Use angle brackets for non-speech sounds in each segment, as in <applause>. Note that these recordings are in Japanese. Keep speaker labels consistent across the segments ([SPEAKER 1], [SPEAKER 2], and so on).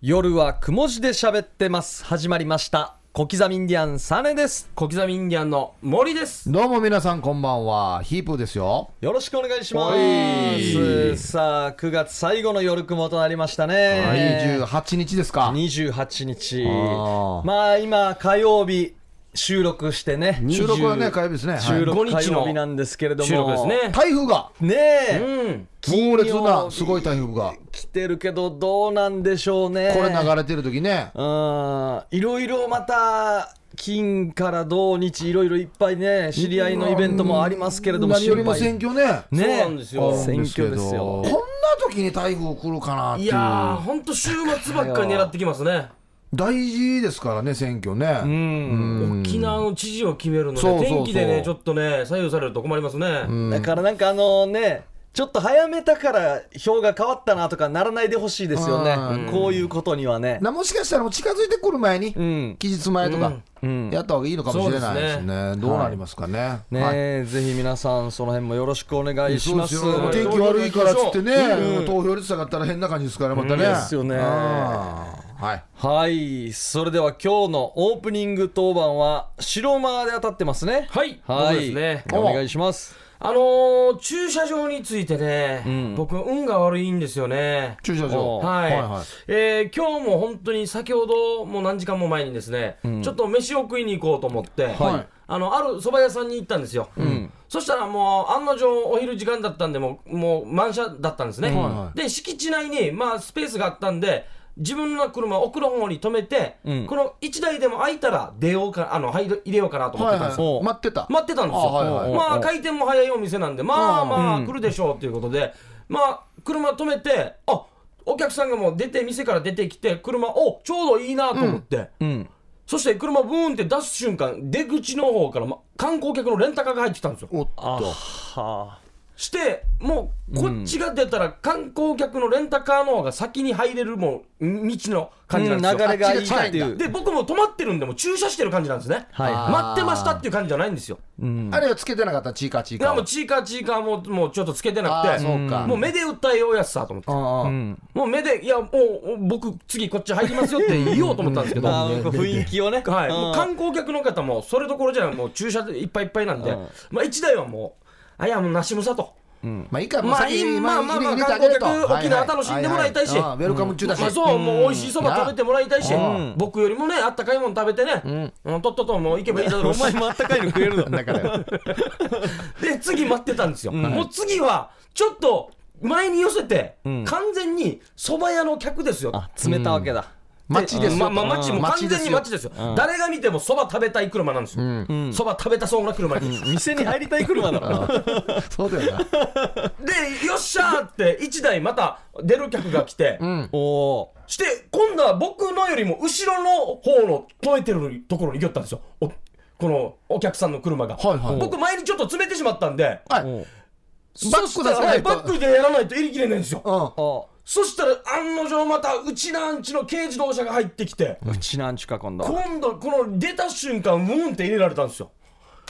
[SPEAKER 1] 夜はくも字で喋ってます始まりました小刻みインディアンサネです
[SPEAKER 2] 小刻みインディアンの森です。
[SPEAKER 3] どうも皆さんこんばんは、ヒープーですよ。
[SPEAKER 1] よろしくお願いしま
[SPEAKER 3] はい
[SPEAKER 1] すさあ9月最後の夜雲となりましたね
[SPEAKER 3] 28日ですか。
[SPEAKER 1] 28日
[SPEAKER 3] あー
[SPEAKER 1] まあ今火曜日収録してね
[SPEAKER 3] 収録はね、火曜日ですね。はい
[SPEAKER 1] 収録
[SPEAKER 2] 25
[SPEAKER 1] 火
[SPEAKER 2] 日の
[SPEAKER 1] 曜日なんですけれども
[SPEAKER 2] 収録ですね。
[SPEAKER 3] 台風が、
[SPEAKER 1] ね
[SPEAKER 2] う
[SPEAKER 1] え
[SPEAKER 2] ん。
[SPEAKER 3] 猛烈
[SPEAKER 1] 金曜
[SPEAKER 3] な
[SPEAKER 1] 日
[SPEAKER 3] すごい台風が、
[SPEAKER 1] 来てるけどどうなんでしょうね
[SPEAKER 3] これ流れてる時ね、
[SPEAKER 1] うんいろいろまた金から土日いろいろいっぱいね知り合いのイベントもありますけれども
[SPEAKER 3] 何よりも
[SPEAKER 1] 心
[SPEAKER 3] 選挙ね、
[SPEAKER 1] 配ね
[SPEAKER 2] そうなんですよ
[SPEAKER 1] 選挙ですよ
[SPEAKER 3] こんな時に台風来るかなって
[SPEAKER 2] い
[SPEAKER 3] いう
[SPEAKER 2] や、ー、ほんと週末ばっかり狙ってきますね。
[SPEAKER 3] 大事ですからね、選挙
[SPEAKER 1] う
[SPEAKER 3] ね。
[SPEAKER 1] ん
[SPEAKER 2] 沖縄の知事を決めるので、
[SPEAKER 3] そうそうそう
[SPEAKER 2] 天気でね、ちょっとね、左右されると困りますね。
[SPEAKER 1] だからなんかあのねちょっと早めたから票が変わったなとかならないでほしいですよねこういうことにはね
[SPEAKER 3] なもしかしたらもう近づいてくる前に、
[SPEAKER 1] うん
[SPEAKER 3] 期日前とか
[SPEAKER 1] うん
[SPEAKER 3] やった方がいいのかもしれないです
[SPEAKER 2] そう
[SPEAKER 3] ね。どうなりますかね。
[SPEAKER 1] ね
[SPEAKER 3] はい
[SPEAKER 1] えぜひ皆さんその辺もよろしくお願いし
[SPEAKER 3] そう
[SPEAKER 1] ま
[SPEAKER 3] ですすよ。
[SPEAKER 2] て
[SPEAKER 3] 天気悪いからっつってね、投票率下がったら変な感じですから、またね。
[SPEAKER 1] ですよね
[SPEAKER 3] あーはい。
[SPEAKER 1] はいそれでは今日のオープニング当番は白馬で当たってますね
[SPEAKER 2] はい
[SPEAKER 1] は
[SPEAKER 2] 僕ですね
[SPEAKER 1] お願いします
[SPEAKER 2] あのー、駐車場についてね、
[SPEAKER 1] ん
[SPEAKER 2] 僕、運が悪いんですよね。
[SPEAKER 3] 駐車場。
[SPEAKER 1] お
[SPEAKER 2] はい、
[SPEAKER 3] はいはい
[SPEAKER 2] えー今日も本当に先ほどもう何時間も前にですね、ちょっと飯を食いに行こうと思って、
[SPEAKER 3] はい
[SPEAKER 2] あのある蕎麦屋さんに行ったんですよ、そしたらもう案の定お昼時間だったんでもうもう満車だったんですね、
[SPEAKER 3] は
[SPEAKER 2] で敷地内にまあスペースがあったんで自分の車を奥の方に止めて、
[SPEAKER 1] ん
[SPEAKER 2] この1台でも空いたら出ようかあの入れ入れようかなと思っ
[SPEAKER 3] は
[SPEAKER 2] て
[SPEAKER 3] い
[SPEAKER 2] たんで
[SPEAKER 3] は
[SPEAKER 2] すよ、
[SPEAKER 1] お
[SPEAKER 3] い。待ってた。
[SPEAKER 2] 待ってたんですよ、
[SPEAKER 3] あはいはい
[SPEAKER 2] ま
[SPEAKER 1] お
[SPEAKER 2] あ回転も早いお店なんでまあま
[SPEAKER 1] うん
[SPEAKER 2] あ来るでしょうということで、まあ車止めてあお客さんがもう出て店から出てきて車おちょうどいいなと思って、
[SPEAKER 1] うん
[SPEAKER 2] そして車ブーンって出す瞬間出口の方から、ま、観光客のレンタカーが入ってきたんですよ
[SPEAKER 3] おっと。
[SPEAKER 1] は
[SPEAKER 2] してもうこっちが出たら観光客のレンタカーの方が先に入れるもうん道の感じなんですよ、
[SPEAKER 1] 流れがいいっ
[SPEAKER 3] あってちが近
[SPEAKER 1] い
[SPEAKER 3] いん
[SPEAKER 1] う
[SPEAKER 2] で僕も止まってるんでもう駐車してる感じなんですね、
[SPEAKER 1] はい
[SPEAKER 3] あー
[SPEAKER 2] 待ってましたっていう感じじゃないんですよ
[SPEAKER 3] あれはつけてなかった、チーカーチー
[SPEAKER 2] いや
[SPEAKER 3] カ
[SPEAKER 2] も
[SPEAKER 3] ー
[SPEAKER 2] う。チーカーチーカーももうちょっとつけてな
[SPEAKER 3] あ
[SPEAKER 2] く
[SPEAKER 3] あ、
[SPEAKER 2] て
[SPEAKER 3] そうか。
[SPEAKER 2] もう目で訴えようやつさと思って
[SPEAKER 3] ああ
[SPEAKER 2] もう目でいやもう僕次こっち入りますよ
[SPEAKER 3] <laughs>
[SPEAKER 2] って言おうと思ったんですけど
[SPEAKER 1] あー雰囲気をね
[SPEAKER 2] はい、
[SPEAKER 1] うん
[SPEAKER 2] もう観光客の方もそれどころじゃないもう駐車でいっぱいいっぱいなんで、まあ、1台はもうあいやもうなしむさと、
[SPEAKER 3] まあいいか、もう
[SPEAKER 2] まあ
[SPEAKER 3] 先
[SPEAKER 2] いい
[SPEAKER 3] に
[SPEAKER 2] まあ
[SPEAKER 3] まあ
[SPEAKER 2] まあ
[SPEAKER 3] 入れてあげると。
[SPEAKER 2] まあ観光客
[SPEAKER 3] はいはい
[SPEAKER 2] 沖縄楽しんでもらいたいし
[SPEAKER 3] ははああウェルカム中
[SPEAKER 2] ま
[SPEAKER 3] だ
[SPEAKER 2] あ、
[SPEAKER 3] し。
[SPEAKER 2] そうもう美味しいそば食べてもらいたいし、
[SPEAKER 3] うん
[SPEAKER 2] 僕よりもねあったかいもの食べてね、うん、とっとともう行けばいいだ
[SPEAKER 3] <laughs>
[SPEAKER 2] ろう
[SPEAKER 1] お前もあったかいの食えるの
[SPEAKER 3] だから、
[SPEAKER 2] で次待ってたんですよ、もう次はちょっと前に寄せて、完全に蕎麦屋の客ですよ
[SPEAKER 1] あ詰めたわけだ
[SPEAKER 3] 街です
[SPEAKER 2] ま
[SPEAKER 3] よ。
[SPEAKER 2] あまあ、街も完全に街ですよ、誰が見てもそば食べたい車なんですよ、そば食べたそうな車に。
[SPEAKER 1] 店に入りたい車だろ
[SPEAKER 3] そうだよな。
[SPEAKER 2] で、よっしゃーって、1台また出る客が来て、
[SPEAKER 1] おお
[SPEAKER 2] して、今度は僕のよりも後ろの方の止めてるところに行きよったんですよ、おこのお客さんの車が。
[SPEAKER 3] はいはい
[SPEAKER 2] 僕、前にちょっと詰めてしまったんで、
[SPEAKER 3] は
[SPEAKER 1] ー
[SPEAKER 3] い。
[SPEAKER 1] おー
[SPEAKER 3] バック出さない
[SPEAKER 2] そし
[SPEAKER 3] と
[SPEAKER 2] たらはいバックでやらないと入りきれないんですよ。
[SPEAKER 3] うん。
[SPEAKER 1] お
[SPEAKER 2] そしたら、案の定また、うちなんちの軽自動車が入ってきて、
[SPEAKER 1] ーうちなんちゅか今度は
[SPEAKER 2] 今度、この出た瞬間、うんって入れられたんですよ。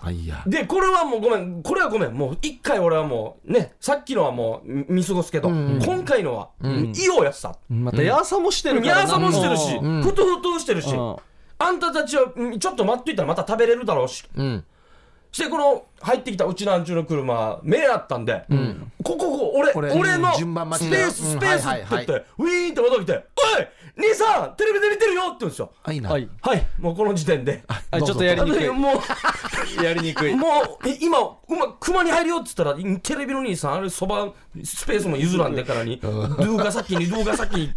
[SPEAKER 3] あ、いや。
[SPEAKER 2] で、これはもうごめん、これはごめん、もう一回俺はもう、ね、さっきのはもうみ見過ごすけど、今回のは、いいおやつさ。
[SPEAKER 1] またヤーサもしてる
[SPEAKER 2] ニ
[SPEAKER 1] からな
[SPEAKER 2] ャーサもしてるし、ふとふとしてるし
[SPEAKER 1] うん、
[SPEAKER 2] あんたたちはうんちょっと待っといたらまた食べれるだろうし。
[SPEAKER 3] うん。
[SPEAKER 2] して、この入ってきたうちなんちゅうの車、目あったんで、ここ、ここ、俺、
[SPEAKER 3] これ
[SPEAKER 2] 俺の
[SPEAKER 3] うん
[SPEAKER 2] スペ
[SPEAKER 3] 順番待ちだ
[SPEAKER 2] ース、
[SPEAKER 3] う
[SPEAKER 2] ス
[SPEAKER 3] ん
[SPEAKER 2] ペースっ
[SPEAKER 3] は
[SPEAKER 2] て
[SPEAKER 3] いはい
[SPEAKER 2] 言
[SPEAKER 3] は
[SPEAKER 2] っ
[SPEAKER 3] い
[SPEAKER 2] て、ウィーンってまた来て、おい兄さんテレビで見てるよって言うんですよ。
[SPEAKER 3] あ、いいな。
[SPEAKER 1] はい
[SPEAKER 2] はい、もうこの時点で。
[SPEAKER 1] あちょっとやり
[SPEAKER 2] <laughs>
[SPEAKER 1] にくい
[SPEAKER 2] あのもう
[SPEAKER 1] やりにくい
[SPEAKER 2] もうえ今うま熊に入るよっつったらテレビの兄さんあれそばスペースも譲らんでからにドゥーが先にドゥーが先に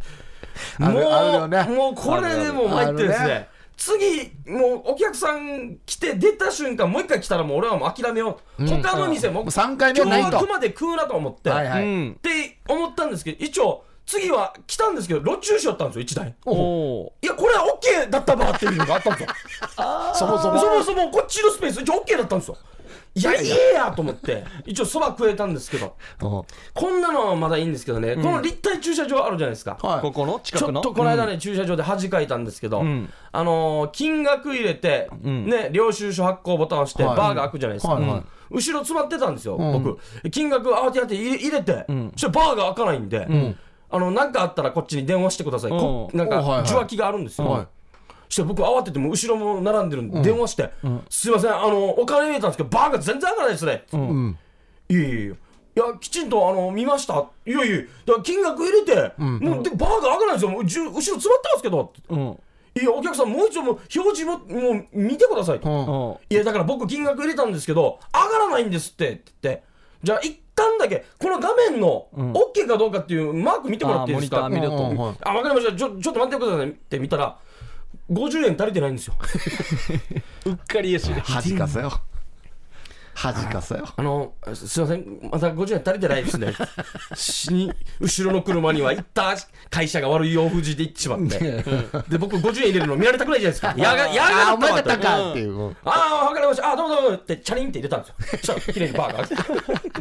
[SPEAKER 3] あ
[SPEAKER 2] も
[SPEAKER 3] るあるよ
[SPEAKER 2] う,、
[SPEAKER 3] ね
[SPEAKER 2] もうこれでもう参ってです
[SPEAKER 3] あ
[SPEAKER 2] ね
[SPEAKER 3] るね
[SPEAKER 2] 次もうお客さん来て出た瞬間もう一回来たらもう俺はもう諦めよう、他の店も、
[SPEAKER 3] う三回目はない
[SPEAKER 2] 今
[SPEAKER 3] と
[SPEAKER 2] 日は熊で食うなと思って、
[SPEAKER 3] はいうはい。
[SPEAKER 1] ん
[SPEAKER 2] って思ったんですけど一応次は来たんですけど路中しよったんですよ1台
[SPEAKER 1] おお
[SPEAKER 2] いやこれは OK だったばっていうのがあったんですよ
[SPEAKER 3] そもそも
[SPEAKER 2] そ。もそもこっちのスペース一応 OK だったんですよいやいえやと思って一応そば食えたんですけど
[SPEAKER 3] うん
[SPEAKER 2] こんなのはまだいいんですけどね、この立体駐車場あるじゃないですか、
[SPEAKER 3] はい
[SPEAKER 1] ここの近
[SPEAKER 2] ち
[SPEAKER 1] く
[SPEAKER 2] ょ
[SPEAKER 1] の
[SPEAKER 2] っとこの間ね、駐車場で恥かいたんですけど、あのー金額入れて、ね、領収書発行ボタンを押して、
[SPEAKER 3] はい
[SPEAKER 2] バーが開くじゃないですか、
[SPEAKER 3] はいはい
[SPEAKER 2] うん後ろ詰まってたんですよ、僕金額慌て慌て入れ入れて、そしてバーが開かないんで、あの、なんかあったらこっちに電話してください。こ
[SPEAKER 1] うん
[SPEAKER 2] なんか
[SPEAKER 3] おはいはい
[SPEAKER 2] 受話器があるんですよ。
[SPEAKER 3] はい
[SPEAKER 2] して僕慌ててもう後ろも並んでるんで電話して、すいませんあのお金入れたんですけどバーが全然上がらないですね、
[SPEAKER 3] ん
[SPEAKER 2] いやいやいやいやきちんとあの見ましたいやいやだから金額入れて、もうでバーが上がらないですよもうじゅ後ろ詰まってますけど
[SPEAKER 1] うん
[SPEAKER 2] いやお客さんもう一度もう表示ももう見てくださいと、
[SPEAKER 3] うん
[SPEAKER 1] うん
[SPEAKER 2] いやだから僕金額入れたんですけど上がらないんですってって言ってじゃあ一旦だけこの画面の OK かどうかっていうマーク見てもらっていいですか、
[SPEAKER 1] あーモニター見ると
[SPEAKER 3] うんはい
[SPEAKER 2] あ、わかりました。ちょ、ちょっと待ってくださいって見たら、50円足りてないんですよ。
[SPEAKER 1] <laughs> うっかりやし
[SPEAKER 3] 恥かせよ恥かせよ
[SPEAKER 2] あの、すいません。まだ50円足りてないですね。しに、後ろの車には行った会社が悪い洋風じで行ってしまって。で、僕50円入れるの見られたくないじゃないで
[SPEAKER 1] <laughs>
[SPEAKER 2] すか。やが、や
[SPEAKER 3] あ
[SPEAKER 2] が
[SPEAKER 3] お前だった
[SPEAKER 2] あ
[SPEAKER 3] かっていううん
[SPEAKER 2] あー、わかりました。あー、どうもどうもって、チャリンって入れたんですよ。そしたら、綺麗にバーが開い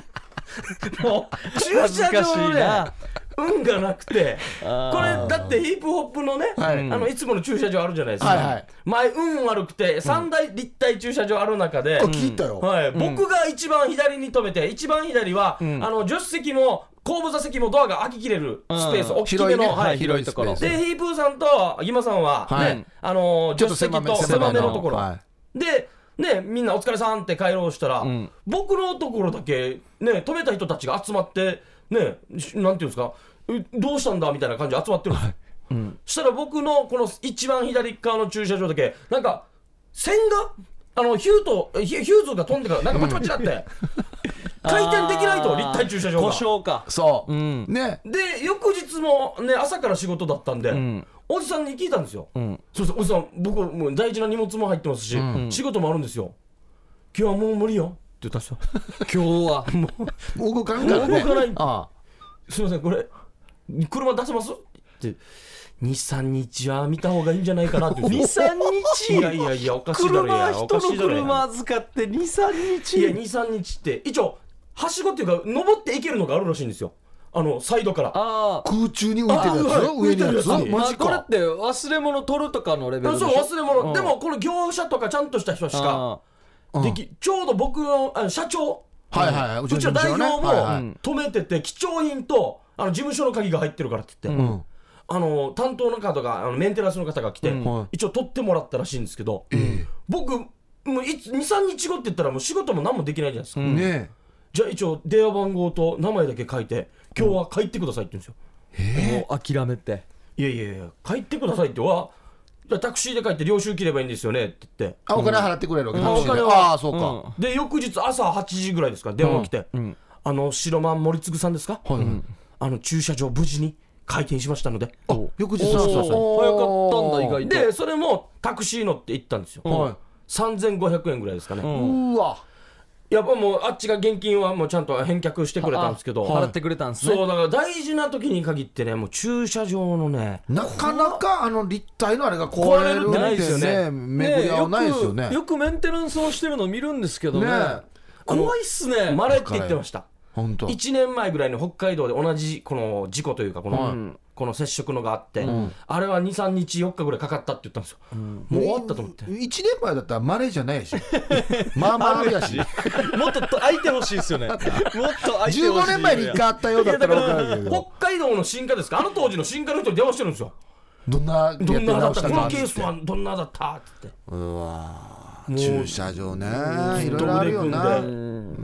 [SPEAKER 1] <laughs>
[SPEAKER 2] て。もう、駐車場
[SPEAKER 1] 恥ずかしい
[SPEAKER 2] で
[SPEAKER 1] な、
[SPEAKER 2] 運がなくて。これだってヒップホップのね、
[SPEAKER 3] はい
[SPEAKER 2] あのいつもの駐車場あるじゃないですか、
[SPEAKER 3] はいはい
[SPEAKER 2] 前運悪くて3大立体駐車場ある中で、
[SPEAKER 3] あ聞いたよ
[SPEAKER 2] はい僕が一番左に止めて一番左は、あの助手席も後部座席もドアが開ききれるスペース、
[SPEAKER 1] うん
[SPEAKER 2] 大きめの、
[SPEAKER 3] 広いね
[SPEAKER 2] はい
[SPEAKER 3] 広いところ
[SPEAKER 2] でヒープーさんとギマさんは、ね
[SPEAKER 3] はい
[SPEAKER 2] あの
[SPEAKER 3] ちょ
[SPEAKER 2] 助
[SPEAKER 3] っ
[SPEAKER 2] 手
[SPEAKER 3] と
[SPEAKER 2] 席
[SPEAKER 3] 狭
[SPEAKER 2] と狭
[SPEAKER 3] め
[SPEAKER 2] めのところ、
[SPEAKER 3] 狭めのは
[SPEAKER 2] でねみんなお疲れさんって帰ろうしたら、
[SPEAKER 1] ん
[SPEAKER 2] 僕のところだけね止めた人たちが集まってねしなんていうんですかうどうしたんだみたいな感じで集まってるんですよ、そしたら僕のこの一番左側の駐車場だけなんか線があのヒューとヒュヒューズが飛んでからなんかバチバチだ
[SPEAKER 1] <laughs>
[SPEAKER 2] って回転できないと立体駐車場が
[SPEAKER 1] 故障か
[SPEAKER 3] そう
[SPEAKER 1] うん
[SPEAKER 3] ね
[SPEAKER 2] で翌日もね朝から仕事だったんで、
[SPEAKER 1] ん
[SPEAKER 2] おじさんに聞いたんですよ、
[SPEAKER 1] ん
[SPEAKER 2] そうそうおじさん僕もう大事な荷物も入ってますし、仕事もあるんですよ今日はもう無理よって言ったんです <laughs> よ
[SPEAKER 1] 今日は
[SPEAKER 3] もう動かんからね
[SPEAKER 2] 動かない
[SPEAKER 3] あ
[SPEAKER 2] すいませんこれ車出せますって23日は見た方がいいんじゃないかなって言う
[SPEAKER 1] <laughs>
[SPEAKER 2] んですよ
[SPEAKER 1] 23
[SPEAKER 2] いや
[SPEAKER 1] 日
[SPEAKER 2] いやいやおかしいだろい
[SPEAKER 1] 車
[SPEAKER 2] や
[SPEAKER 1] 人
[SPEAKER 2] おかし
[SPEAKER 1] の
[SPEAKER 2] いだろい
[SPEAKER 1] 車
[SPEAKER 2] や
[SPEAKER 1] 預かって23
[SPEAKER 2] いや
[SPEAKER 1] 日
[SPEAKER 2] 23日って一応はしごっていうか登っていけるのがあるらしいんですよあのサイドから
[SPEAKER 1] あ
[SPEAKER 3] あ空中に浮いてるや
[SPEAKER 2] あ
[SPEAKER 3] つ
[SPEAKER 2] はい
[SPEAKER 3] 上にやつ
[SPEAKER 2] 浮いてるやつ
[SPEAKER 1] ーま
[SPEAKER 3] マ
[SPEAKER 1] あ
[SPEAKER 3] ジ
[SPEAKER 1] これ
[SPEAKER 3] か
[SPEAKER 1] って忘れ物取るとかのレベル
[SPEAKER 2] あ
[SPEAKER 1] でし
[SPEAKER 2] そ
[SPEAKER 1] ょ
[SPEAKER 2] う忘れ物、
[SPEAKER 1] うん
[SPEAKER 2] でもこの業者とかちゃんとした人しか
[SPEAKER 1] あ
[SPEAKER 3] うん
[SPEAKER 2] でき、ちょうど僕のあの社長
[SPEAKER 3] はいはいう
[SPEAKER 2] ちの代表も
[SPEAKER 3] はいはい
[SPEAKER 2] 止めてて、貴重品とあの事務所の鍵が入ってるからって言って、
[SPEAKER 3] うん
[SPEAKER 2] あの担当の方があのメンテナンスの方が来て、
[SPEAKER 3] はい
[SPEAKER 2] 一応取ってもらったらしいんですけど、
[SPEAKER 3] え
[SPEAKER 2] 僕もういつ23日後って言ったらもう仕事も何もできないじゃないですか、
[SPEAKER 3] えね
[SPEAKER 2] じゃあ一応電話番号と名前だけ書いて今日は帰ってくださいって言うんですよ、
[SPEAKER 1] ーもう諦めて
[SPEAKER 2] いやいやいや帰ってくださいってはじゃあタクシーで帰って領収切ればいいんですよねって言って
[SPEAKER 3] あお金払ってくれるわけ
[SPEAKER 2] うん
[SPEAKER 3] タクシーで
[SPEAKER 2] あお金は
[SPEAKER 3] ああそうか
[SPEAKER 2] で翌日朝8時ぐらいですか電話来て、あの白間森次さんですか、うんあの駐車場無事に開店しましたので
[SPEAKER 3] あ翌日
[SPEAKER 1] おー
[SPEAKER 3] なんだ
[SPEAKER 1] 早かったんだ意外と
[SPEAKER 2] でそれもタクシー乗って行ったんですよ、
[SPEAKER 3] はい
[SPEAKER 2] 3500円ぐらいですかね、
[SPEAKER 3] うわ
[SPEAKER 2] やっぱもうあっちが現金はもうちゃんと返却してくれたんですけど
[SPEAKER 1] あ払ってくれたんですね
[SPEAKER 2] そうだから大事な時に限ってねもう駐車場のね
[SPEAKER 3] なかなかあの立体のあれが壊れ
[SPEAKER 2] 壊れ
[SPEAKER 3] る
[SPEAKER 2] るってない
[SPEAKER 3] っ
[SPEAKER 2] ですよ
[SPEAKER 3] て
[SPEAKER 2] ね
[SPEAKER 3] ね巡り合わないですよね
[SPEAKER 1] くよくメンテナンスをしてるの見るんですけどね
[SPEAKER 3] ね
[SPEAKER 1] 怖いっすね
[SPEAKER 2] マレって言ってました
[SPEAKER 3] 本当
[SPEAKER 2] 1年前ぐらいに北海道で同じこの事故というかこの,、この接触のがあって、あれは23日4日ぐらいかかったって言ったんですよ、もう終わったと思って
[SPEAKER 3] 1年前だったらマレーじ
[SPEAKER 2] <laughs>
[SPEAKER 3] ゃないしまあまああるやし
[SPEAKER 1] もっと空いてほしいですよ
[SPEAKER 3] <laughs>
[SPEAKER 1] ねもっと空いてほしい
[SPEAKER 3] 15年前に1回あったようだったら分かるけど
[SPEAKER 2] 北海道の新科ですかあの当時の新科の人に電話してるんですよ
[SPEAKER 3] どんなやって
[SPEAKER 2] どんなだ
[SPEAKER 3] 直
[SPEAKER 2] っ
[SPEAKER 3] したた
[SPEAKER 2] こ
[SPEAKER 3] か
[SPEAKER 2] の
[SPEAKER 3] っ
[SPEAKER 2] ケ
[SPEAKER 3] つ
[SPEAKER 2] ー
[SPEAKER 3] っ
[SPEAKER 2] ス
[SPEAKER 3] て
[SPEAKER 2] はどんなだったってって
[SPEAKER 3] うわ
[SPEAKER 2] もう
[SPEAKER 3] 駐車場ねいろい
[SPEAKER 2] ど
[SPEAKER 3] ろあ
[SPEAKER 2] こ
[SPEAKER 3] る
[SPEAKER 2] で
[SPEAKER 3] よ
[SPEAKER 2] 組んで
[SPEAKER 3] な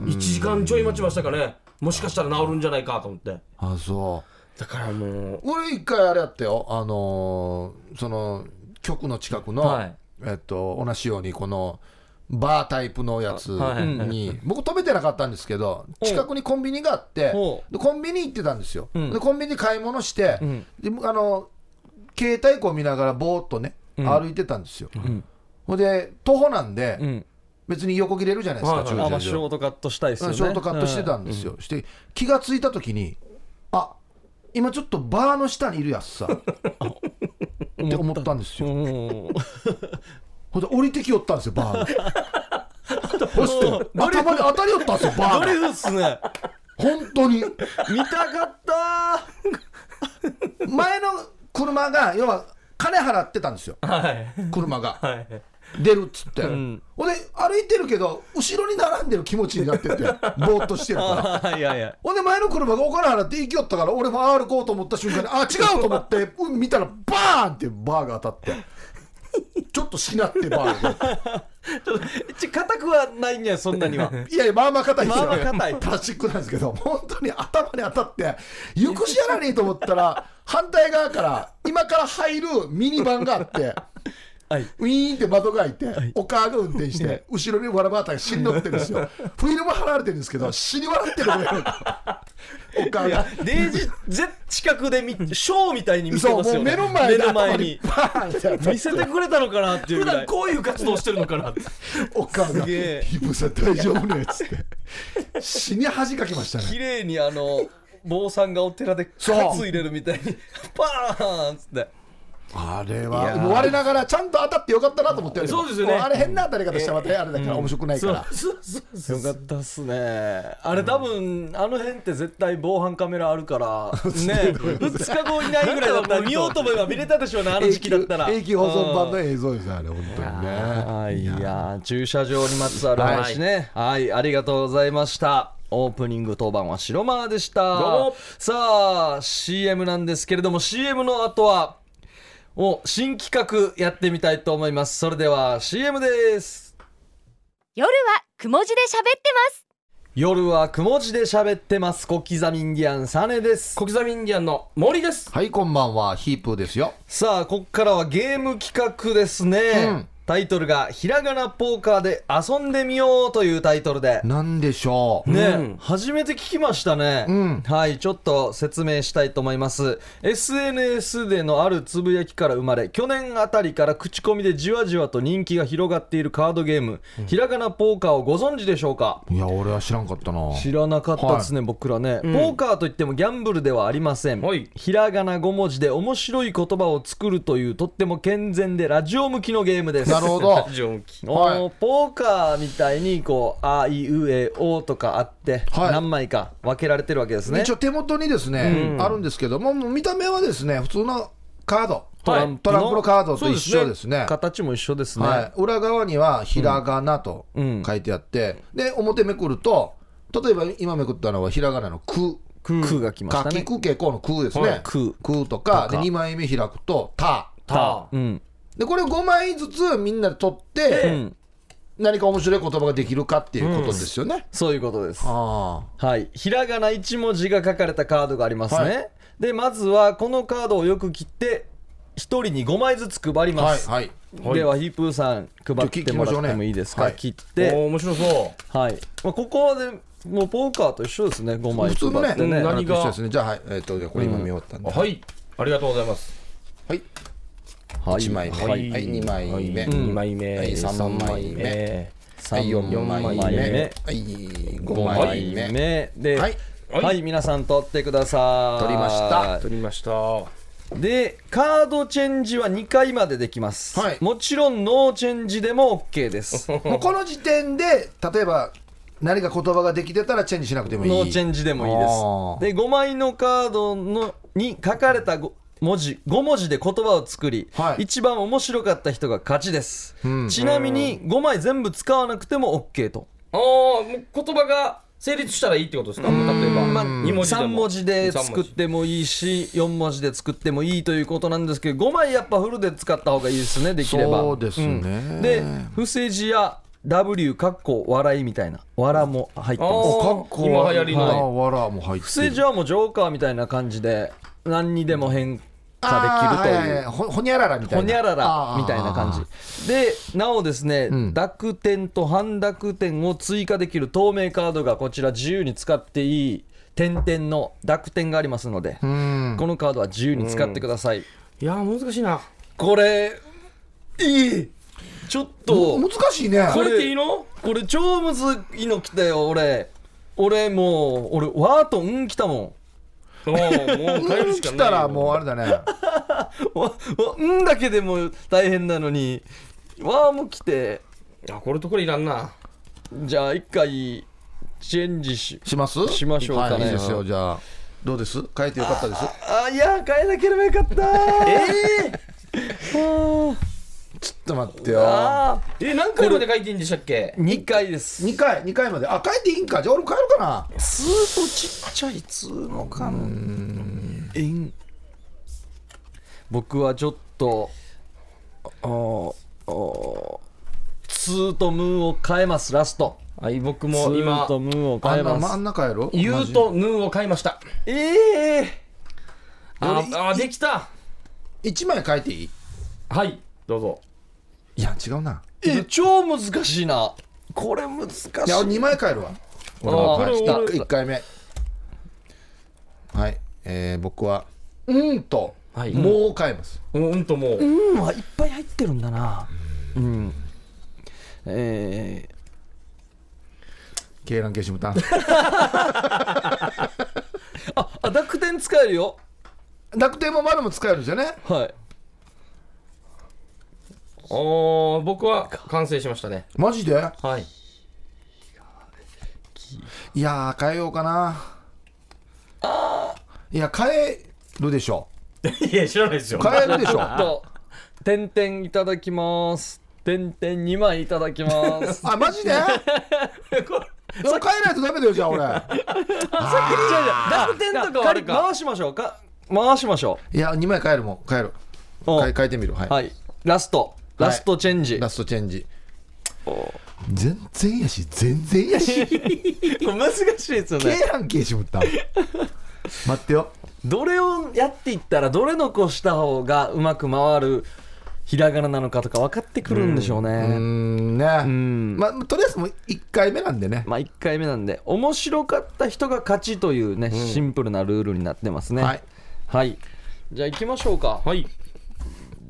[SPEAKER 2] 1時間ちょい待ちましたかねもしかしたら治るんじゃないかと思って
[SPEAKER 3] あそう
[SPEAKER 2] だからもう
[SPEAKER 3] 俺一回あれやったよあのーその局の近くの、
[SPEAKER 2] はい
[SPEAKER 3] えっと同じようにこのバータイプのやつに、
[SPEAKER 2] はい
[SPEAKER 3] 僕止めてなかったんですけど近くにコンビニがあって
[SPEAKER 1] ほ
[SPEAKER 3] でコンビニ行ってたんですよ、でコンビニで買い物して、であの携帯こう見ながらぼーっとね歩いてたんですよ、ほんで徒歩なんで、
[SPEAKER 1] ん
[SPEAKER 3] 別に横切れるじゃないですか、
[SPEAKER 2] はいはい
[SPEAKER 3] 駐車場
[SPEAKER 1] あまあショートカットしたいですよね
[SPEAKER 3] ショートカットしてたんですよ、して気がついた時にあ今ちょっとバーの下にいるやつ
[SPEAKER 1] <laughs>
[SPEAKER 3] さって思ったんですよ
[SPEAKER 1] うんうん
[SPEAKER 3] ほんで降りてきよったんですよ
[SPEAKER 1] <laughs>
[SPEAKER 3] バーがそして頭に当たりよったんですよバ
[SPEAKER 1] ドリ
[SPEAKER 3] ーが
[SPEAKER 1] フっすね
[SPEAKER 3] 本当に
[SPEAKER 1] 見たかった
[SPEAKER 3] 前の車が要は金払ってたんですよ
[SPEAKER 2] はい
[SPEAKER 3] 車が
[SPEAKER 2] はい
[SPEAKER 3] 出るっつって、
[SPEAKER 1] ん
[SPEAKER 3] ほんで歩いてるけど後ろに並んでる気持ちになっててぼーっとしてるから
[SPEAKER 1] ああいやいや
[SPEAKER 3] ほんで前の車がお金払って行きよったから俺も歩こうと思った瞬間にあ違うと思
[SPEAKER 1] <laughs>
[SPEAKER 3] ってうん見たらバーンってバーが当たってちょっとしなってバーが
[SPEAKER 1] ちょ硬くはないんやそんなに <laughs> は
[SPEAKER 3] いやいやまあまあ硬いですよ
[SPEAKER 1] まあまあ硬い
[SPEAKER 3] プラスチックなんですけど本当に頭に当たって行くしやらねえと思ったら反対側から今から入るミニバンがあって。
[SPEAKER 1] はい
[SPEAKER 3] ウィーンって窓が開いて、お母が運転して、後ろにわらばたが死に乗ってるんで
[SPEAKER 1] <laughs>
[SPEAKER 3] すよ。フィルム離れてるんですけど、死に笑ってる俺お母
[SPEAKER 1] いや
[SPEAKER 3] が。
[SPEAKER 1] デージぜ近くで見ショーみたいに見て
[SPEAKER 3] そ
[SPEAKER 1] ま
[SPEAKER 3] う、
[SPEAKER 1] す
[SPEAKER 3] も
[SPEAKER 1] よ
[SPEAKER 3] う
[SPEAKER 1] ね
[SPEAKER 3] 目の前で
[SPEAKER 1] 目の前
[SPEAKER 3] 頭
[SPEAKER 1] に
[SPEAKER 3] にバーンってやった
[SPEAKER 1] 見せてくれたのかなっていうぐ
[SPEAKER 2] 普
[SPEAKER 1] ら
[SPEAKER 2] 段
[SPEAKER 1] い
[SPEAKER 2] こういう活動してるのかなって。
[SPEAKER 3] お母が、
[SPEAKER 1] すげえ
[SPEAKER 3] ヒップさん大丈夫ねっつって。死に恥かきましたね。
[SPEAKER 1] 綺麗にあの坊さんがお寺で
[SPEAKER 3] そう
[SPEAKER 1] カツ入れるみたいにパーンっつって
[SPEAKER 3] あれ
[SPEAKER 1] いや
[SPEAKER 3] は、
[SPEAKER 1] ー
[SPEAKER 3] もう我ながらちゃんと当たってよかったなと思ってるけど
[SPEAKER 2] そうですよね
[SPEAKER 3] もあれ変な当たり方したらまたあれだから面白くないから。
[SPEAKER 2] そうそうそう
[SPEAKER 1] <laughs> よかったっすねあれ多分あの辺って絶対防犯カメラある <laughs> からね2日後いないぐらいだったら見ようと思えば見れたでしょうねあの時期だったら
[SPEAKER 3] 永久保存版の映像ですよあれ、本当にね。
[SPEAKER 1] はい、いやー駐車場にまつわる話ね、はい、ありがとうございました。オープニング当番は白間でした。
[SPEAKER 2] どうも
[SPEAKER 1] さあ、CM なんですけれども、CM の後は、お、新企画やってみたいと思います。それでは CM です。
[SPEAKER 4] 夜はくも字で喋ってます
[SPEAKER 1] 夜はくも字で喋ってます。小刻みインディアンサネです。
[SPEAKER 2] 小刻みインディアンの森です。
[SPEAKER 3] はい、こんばんは、ヒープーですよ。
[SPEAKER 1] さあ、ここからはゲーム企画ですね。
[SPEAKER 3] うん
[SPEAKER 1] タイトルが、ひらがなポーカーで遊んでみようというタイトルで。
[SPEAKER 3] なんでしょう。
[SPEAKER 1] ね、
[SPEAKER 2] うん
[SPEAKER 1] 初めて聞きましたね、
[SPEAKER 3] うん
[SPEAKER 1] はいちょっと説明したいと思います SNS でのあるつぶやきから生まれ去年あたりから口コミでじわじわと人気が広がっているカードゲーム、ひらがなポーカーをご存知でしょうか
[SPEAKER 3] いや、俺は知らんかったな。
[SPEAKER 1] 知らなかったですね、僕らね、ポーカーといってもギャンブルではありません、
[SPEAKER 2] はい
[SPEAKER 1] ひらがな5文字で面白い言葉を作るというとっても健全でラジオ向きのゲームです
[SPEAKER 3] なるほ
[SPEAKER 2] <laughs>
[SPEAKER 3] ど。
[SPEAKER 2] ジョンキ
[SPEAKER 1] <laughs> おー
[SPEAKER 3] は
[SPEAKER 1] ポーカーみたいにこう「あいうえお」とかあって、
[SPEAKER 3] はい
[SPEAKER 1] 何枚か分けられてるわけですね
[SPEAKER 3] 一応手元にですね、あるんですけども、もう見た目はですね、普通のカード、
[SPEAKER 1] トランプ
[SPEAKER 3] ト
[SPEAKER 1] の
[SPEAKER 3] ランプのカードと一
[SPEAKER 2] そ
[SPEAKER 3] 緒
[SPEAKER 2] うで
[SPEAKER 3] ですね。
[SPEAKER 1] 形も一緒ですね、
[SPEAKER 3] はい、裏側にはひらがなと
[SPEAKER 1] うん
[SPEAKER 3] 書いてあって、で表めくると、例えば今めくったのはひらがなのく、
[SPEAKER 1] 空が来まし
[SPEAKER 3] か
[SPEAKER 1] た
[SPEAKER 3] き
[SPEAKER 1] ね
[SPEAKER 3] くけこのくです
[SPEAKER 2] は
[SPEAKER 3] ね
[SPEAKER 2] い、
[SPEAKER 1] く
[SPEAKER 3] くとか、
[SPEAKER 1] と
[SPEAKER 3] で
[SPEAKER 1] か
[SPEAKER 3] 2枚目開くと、た。
[SPEAKER 2] タ
[SPEAKER 1] うん
[SPEAKER 3] でこれ5枚ずつみんなで取って、
[SPEAKER 1] うん
[SPEAKER 3] 何か面白い言葉ができるかっていうことですよね。
[SPEAKER 1] そういうことです
[SPEAKER 3] あ
[SPEAKER 1] はいひらがな1文字が書かれたカードがありますね、
[SPEAKER 3] は
[SPEAKER 1] でまずはこのカードをよく切って1人に5枚ずつ配り
[SPEAKER 3] あは
[SPEAKER 1] ま
[SPEAKER 3] い
[SPEAKER 1] す、
[SPEAKER 3] はい。
[SPEAKER 2] はい
[SPEAKER 1] ではヒープーさん配ってもらってもいいですか、
[SPEAKER 3] はい
[SPEAKER 1] 切っ
[SPEAKER 2] お
[SPEAKER 1] て
[SPEAKER 2] ー面白そ
[SPEAKER 1] はい、まあ、ここはねもうポーカーと一緒ですね5枚
[SPEAKER 3] 普通の
[SPEAKER 1] 配
[SPEAKER 3] ね
[SPEAKER 1] って
[SPEAKER 2] う
[SPEAKER 1] ね
[SPEAKER 2] ん
[SPEAKER 3] あ
[SPEAKER 2] 何
[SPEAKER 3] れと
[SPEAKER 2] が
[SPEAKER 3] 一緒ですね。じゃあはい、えっとこれ今見終わったん
[SPEAKER 2] う。
[SPEAKER 3] で。
[SPEAKER 2] はい。ありがとうございます。
[SPEAKER 3] はい。
[SPEAKER 1] はい
[SPEAKER 3] 1枚目、
[SPEAKER 2] は
[SPEAKER 3] はいい、2枚目、
[SPEAKER 2] はい二枚目
[SPEAKER 3] はい三枚目
[SPEAKER 2] 目
[SPEAKER 3] はい、4
[SPEAKER 1] 4
[SPEAKER 3] 枚
[SPEAKER 1] 枚目
[SPEAKER 3] 目、は
[SPEAKER 1] 枚
[SPEAKER 3] い
[SPEAKER 1] 目、
[SPEAKER 3] 5
[SPEAKER 1] 5
[SPEAKER 3] 枚
[SPEAKER 1] 枚
[SPEAKER 3] 目、
[SPEAKER 1] 目で、
[SPEAKER 3] は
[SPEAKER 1] はいい
[SPEAKER 2] はい
[SPEAKER 1] 皆さん取ってください
[SPEAKER 3] 取りました
[SPEAKER 2] 取りました。は
[SPEAKER 1] でカードチェンジは2回までできます、
[SPEAKER 3] はい
[SPEAKER 1] もちろんノーチェンジでも OK です
[SPEAKER 3] <laughs>
[SPEAKER 1] ノ
[SPEAKER 3] もうこの時点で、例えば何か言葉ができてたらチェンジしなくてもいい。
[SPEAKER 1] ーチェンジでもいいですで5枚のカードのに書かれたご文字5文字で言葉を作り、
[SPEAKER 3] はい
[SPEAKER 1] 一番面白かった人が勝ちです、
[SPEAKER 3] ん
[SPEAKER 1] ちなみに5枚全部使わなくても OK と
[SPEAKER 2] ああ、もう言葉が成立したらいいってことですか。もう例えば、
[SPEAKER 1] まあ、
[SPEAKER 2] 二文字で
[SPEAKER 1] 3
[SPEAKER 2] も
[SPEAKER 1] 文字で作っ。
[SPEAKER 2] 三
[SPEAKER 1] てもいいし4文字で作ってもいいということなんですけど5枚やっぱフルで使った方がいいですねできれば
[SPEAKER 3] そうですね
[SPEAKER 1] んで伏せ字や W かっこ笑いみたいな笑も入ってます
[SPEAKER 2] お
[SPEAKER 3] おかっこ
[SPEAKER 2] 今流行りの
[SPEAKER 3] あーわらも入ってる。
[SPEAKER 1] 伏せ字はもうジョーカーみたいな感じで何にでも変
[SPEAKER 3] あ
[SPEAKER 1] 化できると
[SPEAKER 3] ーはいいうはいほほにゃららみたいな。
[SPEAKER 1] ほにゃらら
[SPEAKER 3] あー
[SPEAKER 1] みたいな感じでなおですね、
[SPEAKER 3] ん
[SPEAKER 1] 濁点と半濁点を追加できる透明カードがこちら自由に使っていい点々の濁点がありますので、
[SPEAKER 3] うん。
[SPEAKER 1] このカードは自由に使ってください、
[SPEAKER 2] 文字いやー、難しいな。
[SPEAKER 1] これいいちょっと
[SPEAKER 3] 難しいね。
[SPEAKER 2] これっていいの。
[SPEAKER 1] これ超むずいの来たよ俺俺もう俺わーとうん来たも
[SPEAKER 2] おーもう帰るしかないよ。
[SPEAKER 3] 来たらもうあれだね。
[SPEAKER 1] んわわうんだけでも大変なのにわーも来て
[SPEAKER 2] あ、これとこれいらんな。
[SPEAKER 1] じゃあ一回チェンジし
[SPEAKER 3] します
[SPEAKER 1] しましょうかね
[SPEAKER 3] はい、いいですよ、じゃあ。どうです変えてよかったです。
[SPEAKER 1] あいや変えなければよかったええー、あーちょっ
[SPEAKER 3] と待ってよ
[SPEAKER 2] ああえ何回まで書いていいんでしたっけ
[SPEAKER 1] 2回です
[SPEAKER 3] 2回2回まであ帰っていいんかじゃあ俺帰るかな
[SPEAKER 1] スーとちっちゃい通のかなえん僕はちょっとあーあーツーとムーを変えますラスト
[SPEAKER 2] はい僕
[SPEAKER 1] ツ
[SPEAKER 2] も
[SPEAKER 1] ー
[SPEAKER 2] 今
[SPEAKER 1] とムーを
[SPEAKER 3] あ
[SPEAKER 1] 変え
[SPEAKER 3] んな真
[SPEAKER 1] ます
[SPEAKER 3] ん中やろ
[SPEAKER 2] 言うとヌーを買いました
[SPEAKER 1] ええ
[SPEAKER 2] あ
[SPEAKER 3] 俺
[SPEAKER 2] あできた
[SPEAKER 3] 1枚書いていい
[SPEAKER 2] はいどうぞ
[SPEAKER 3] いや違うな
[SPEAKER 1] え超難しいなこれ難しい
[SPEAKER 3] いや2枚書えるわ
[SPEAKER 1] 俺は
[SPEAKER 2] あー
[SPEAKER 1] 来た
[SPEAKER 2] これ
[SPEAKER 3] 1回目はい、えー、僕は「うん」と「
[SPEAKER 2] はい
[SPEAKER 3] もう」変えます、
[SPEAKER 2] うんうんともう
[SPEAKER 1] うんはいっぱい入ってるんだなうんえ
[SPEAKER 3] 鶏卵消し豚
[SPEAKER 1] ー、ああ濁点使えるよ
[SPEAKER 3] 濁点も丸も使えるんですよね
[SPEAKER 1] はい
[SPEAKER 2] ああ僕は完成しましたね
[SPEAKER 3] マジで
[SPEAKER 2] はい
[SPEAKER 3] いやー変えようかなあいや変えるでしょ
[SPEAKER 2] <laughs> いや知らないですよ
[SPEAKER 3] 変えるでし
[SPEAKER 1] ち
[SPEAKER 3] ょ
[SPEAKER 1] ょっ
[SPEAKER 3] あ
[SPEAKER 1] と点々いただきます点々2枚いただきます <laughs>
[SPEAKER 3] マジでそれ変えないとダメだよじゃあ俺
[SPEAKER 1] 濁
[SPEAKER 2] 点とかはあるか
[SPEAKER 1] 回しましょうか回しましょ
[SPEAKER 3] いや2枚変えるもん変える
[SPEAKER 1] うお
[SPEAKER 3] 変え変えてみるはい、
[SPEAKER 1] はいラストラストチェンジ、
[SPEAKER 3] ラストチェンジ全然やし全然やし
[SPEAKER 1] 難しいですよ
[SPEAKER 3] 鶏卵消し <laughs> 豚待ってよ
[SPEAKER 1] どれをやっていったらどれのこした方がうまく回るひらがななのかとか分かってくるんでしょうね
[SPEAKER 3] うーんね
[SPEAKER 1] ん
[SPEAKER 3] まあとりあえずもう1回目なんでね、
[SPEAKER 1] まあ1回目なんで面白かった人が勝ちというね、シンプルなルールになってますね
[SPEAKER 3] はい、
[SPEAKER 1] はいじゃあ行きましょうか
[SPEAKER 2] はい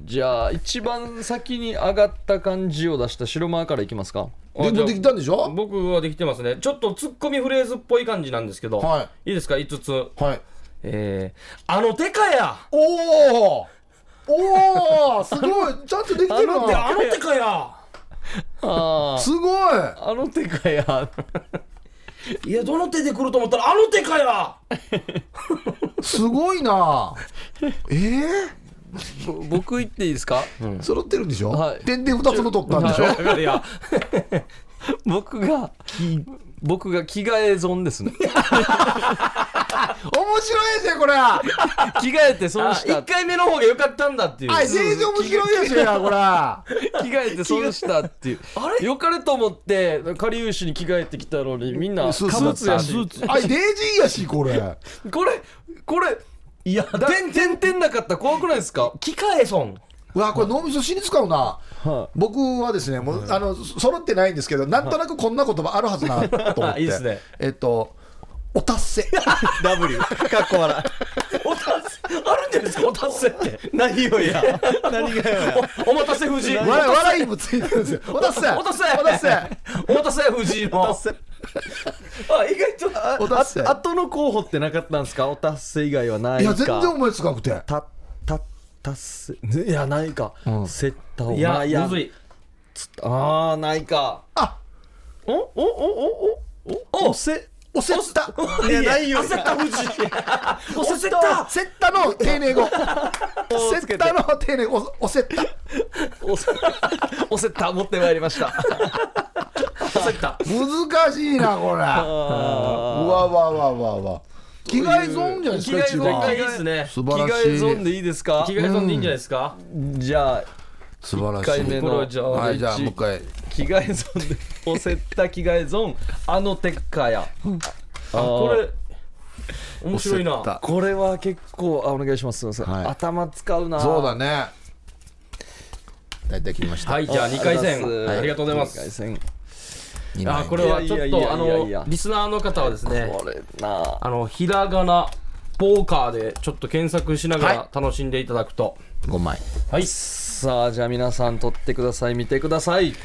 [SPEAKER 1] じゃあ一番先に上がった漢字を出した白間からいきますか
[SPEAKER 2] あ
[SPEAKER 3] で
[SPEAKER 2] じゃ
[SPEAKER 3] も
[SPEAKER 2] あ
[SPEAKER 3] できたんでしょ
[SPEAKER 2] 僕はできてますねちょっとツッコミフレーズっぽい感じなんですけど、、
[SPEAKER 3] はい
[SPEAKER 2] いですか5つ
[SPEAKER 3] はい
[SPEAKER 2] えー、あの手かや
[SPEAKER 3] おおおおす <laughs> ごいちゃんとできてる
[SPEAKER 1] あの手
[SPEAKER 3] な
[SPEAKER 2] あの手かや
[SPEAKER 1] あ
[SPEAKER 3] すごい
[SPEAKER 1] <laughs> ああの手かや
[SPEAKER 2] いやどの手で来ると思ったらあの手かや
[SPEAKER 3] すごいな <laughs> ええ
[SPEAKER 1] <laughs> ぼ僕言っていいですか
[SPEAKER 3] 揃ってるんでしょ、
[SPEAKER 1] はい
[SPEAKER 3] 点々2つも取ったんでしょ
[SPEAKER 2] だからいや
[SPEAKER 1] 僕が僕が着替え損ですね
[SPEAKER 3] 面白いですね <laughs> これは
[SPEAKER 1] 着替えて損
[SPEAKER 2] あ
[SPEAKER 1] し
[SPEAKER 2] 1
[SPEAKER 1] た着
[SPEAKER 2] 回目の方が良かったんだっていう
[SPEAKER 3] い全然面白いですよこれ
[SPEAKER 1] 替えて損したっていう
[SPEAKER 2] あれ
[SPEAKER 1] よかれと思って下流士に着替えてきたのにみんな
[SPEAKER 3] スーツ
[SPEAKER 1] 貨物やし
[SPEAKER 3] スあいデイジーやしこれ
[SPEAKER 1] これこれいや点点点なかったら怖くないですか
[SPEAKER 2] 機械損
[SPEAKER 3] うわこれ脳みそ死に使うな
[SPEAKER 1] は
[SPEAKER 3] 僕はですねもう、あのそ揃ってないんですけどなんとなくこんな言葉 <laughs> あるはずなと思って
[SPEAKER 2] いいですね
[SPEAKER 3] えっとお達 <laughs> せ
[SPEAKER 1] W かっこ笑
[SPEAKER 2] お達せあるんじゃないですかお達せって
[SPEAKER 1] 何よや何がよや
[SPEAKER 2] おお待たせ藤井お
[SPEAKER 3] 笑い笑いもついてるん <laughs> ですよお達せ
[SPEAKER 2] お達せ
[SPEAKER 3] お達せ
[SPEAKER 2] 待たせ藤井のあ意外と
[SPEAKER 3] お達せ
[SPEAKER 1] あ後の候補ってなかったんですかお達成以外はないか
[SPEAKER 3] いや全然思いつかなくて
[SPEAKER 1] たた達成いやないか、
[SPEAKER 3] うん
[SPEAKER 1] セッターを
[SPEAKER 2] いや
[SPEAKER 1] まあ
[SPEAKER 2] むずい
[SPEAKER 1] あーないか
[SPEAKER 3] あ
[SPEAKER 1] おおおおおおせ
[SPEAKER 3] おせった
[SPEAKER 1] いやないよ
[SPEAKER 2] 焦った藤井おせた
[SPEAKER 3] セッタの丁 <laughs> 寧語
[SPEAKER 1] お
[SPEAKER 3] セッタの丁寧語おおせった
[SPEAKER 1] おせおせった持ってまいりました
[SPEAKER 2] 焦った
[SPEAKER 3] 難しいなこ <laughs> れうわ
[SPEAKER 1] あ
[SPEAKER 3] わわわわ着替え損じゃないです
[SPEAKER 2] 機械
[SPEAKER 3] か一
[SPEAKER 2] 損がいい
[SPEAKER 3] 番
[SPEAKER 2] ですね
[SPEAKER 3] 素
[SPEAKER 1] ー着
[SPEAKER 3] 晴らし
[SPEAKER 1] 替え損
[SPEAKER 3] い
[SPEAKER 1] でいいですか
[SPEAKER 2] 機械損でいいんじゃないですか
[SPEAKER 1] じゃあ
[SPEAKER 3] 素晴ら
[SPEAKER 1] 1
[SPEAKER 3] し
[SPEAKER 1] 回
[SPEAKER 3] い
[SPEAKER 1] 目
[SPEAKER 2] これ
[SPEAKER 1] の
[SPEAKER 2] はじゃあ
[SPEAKER 3] はいじゃあもう一回
[SPEAKER 1] 着替え損でおせった着替え損あのテッカーやあ
[SPEAKER 2] こ
[SPEAKER 1] これ
[SPEAKER 2] れ面白い
[SPEAKER 3] おせった
[SPEAKER 2] な
[SPEAKER 1] これは結構あお願いしますすいません、
[SPEAKER 3] はい
[SPEAKER 1] 頭使うな
[SPEAKER 3] そうだね大体切りました
[SPEAKER 2] はいじゃあ2回戦ありがとうございま
[SPEAKER 1] 二回
[SPEAKER 2] す
[SPEAKER 1] 戦
[SPEAKER 3] 二枚
[SPEAKER 2] あこれはいち
[SPEAKER 1] や
[SPEAKER 2] ょっ
[SPEAKER 1] いやい
[SPEAKER 2] と
[SPEAKER 1] や
[SPEAKER 2] あ
[SPEAKER 1] いやいや
[SPEAKER 2] のリスナーの方はですね
[SPEAKER 1] これな
[SPEAKER 2] あのひらがなポーカーでちょっと検索しながら楽しんでいただくと
[SPEAKER 3] 五枚
[SPEAKER 2] はい
[SPEAKER 1] さあじゃあ皆さん撮ってください見てください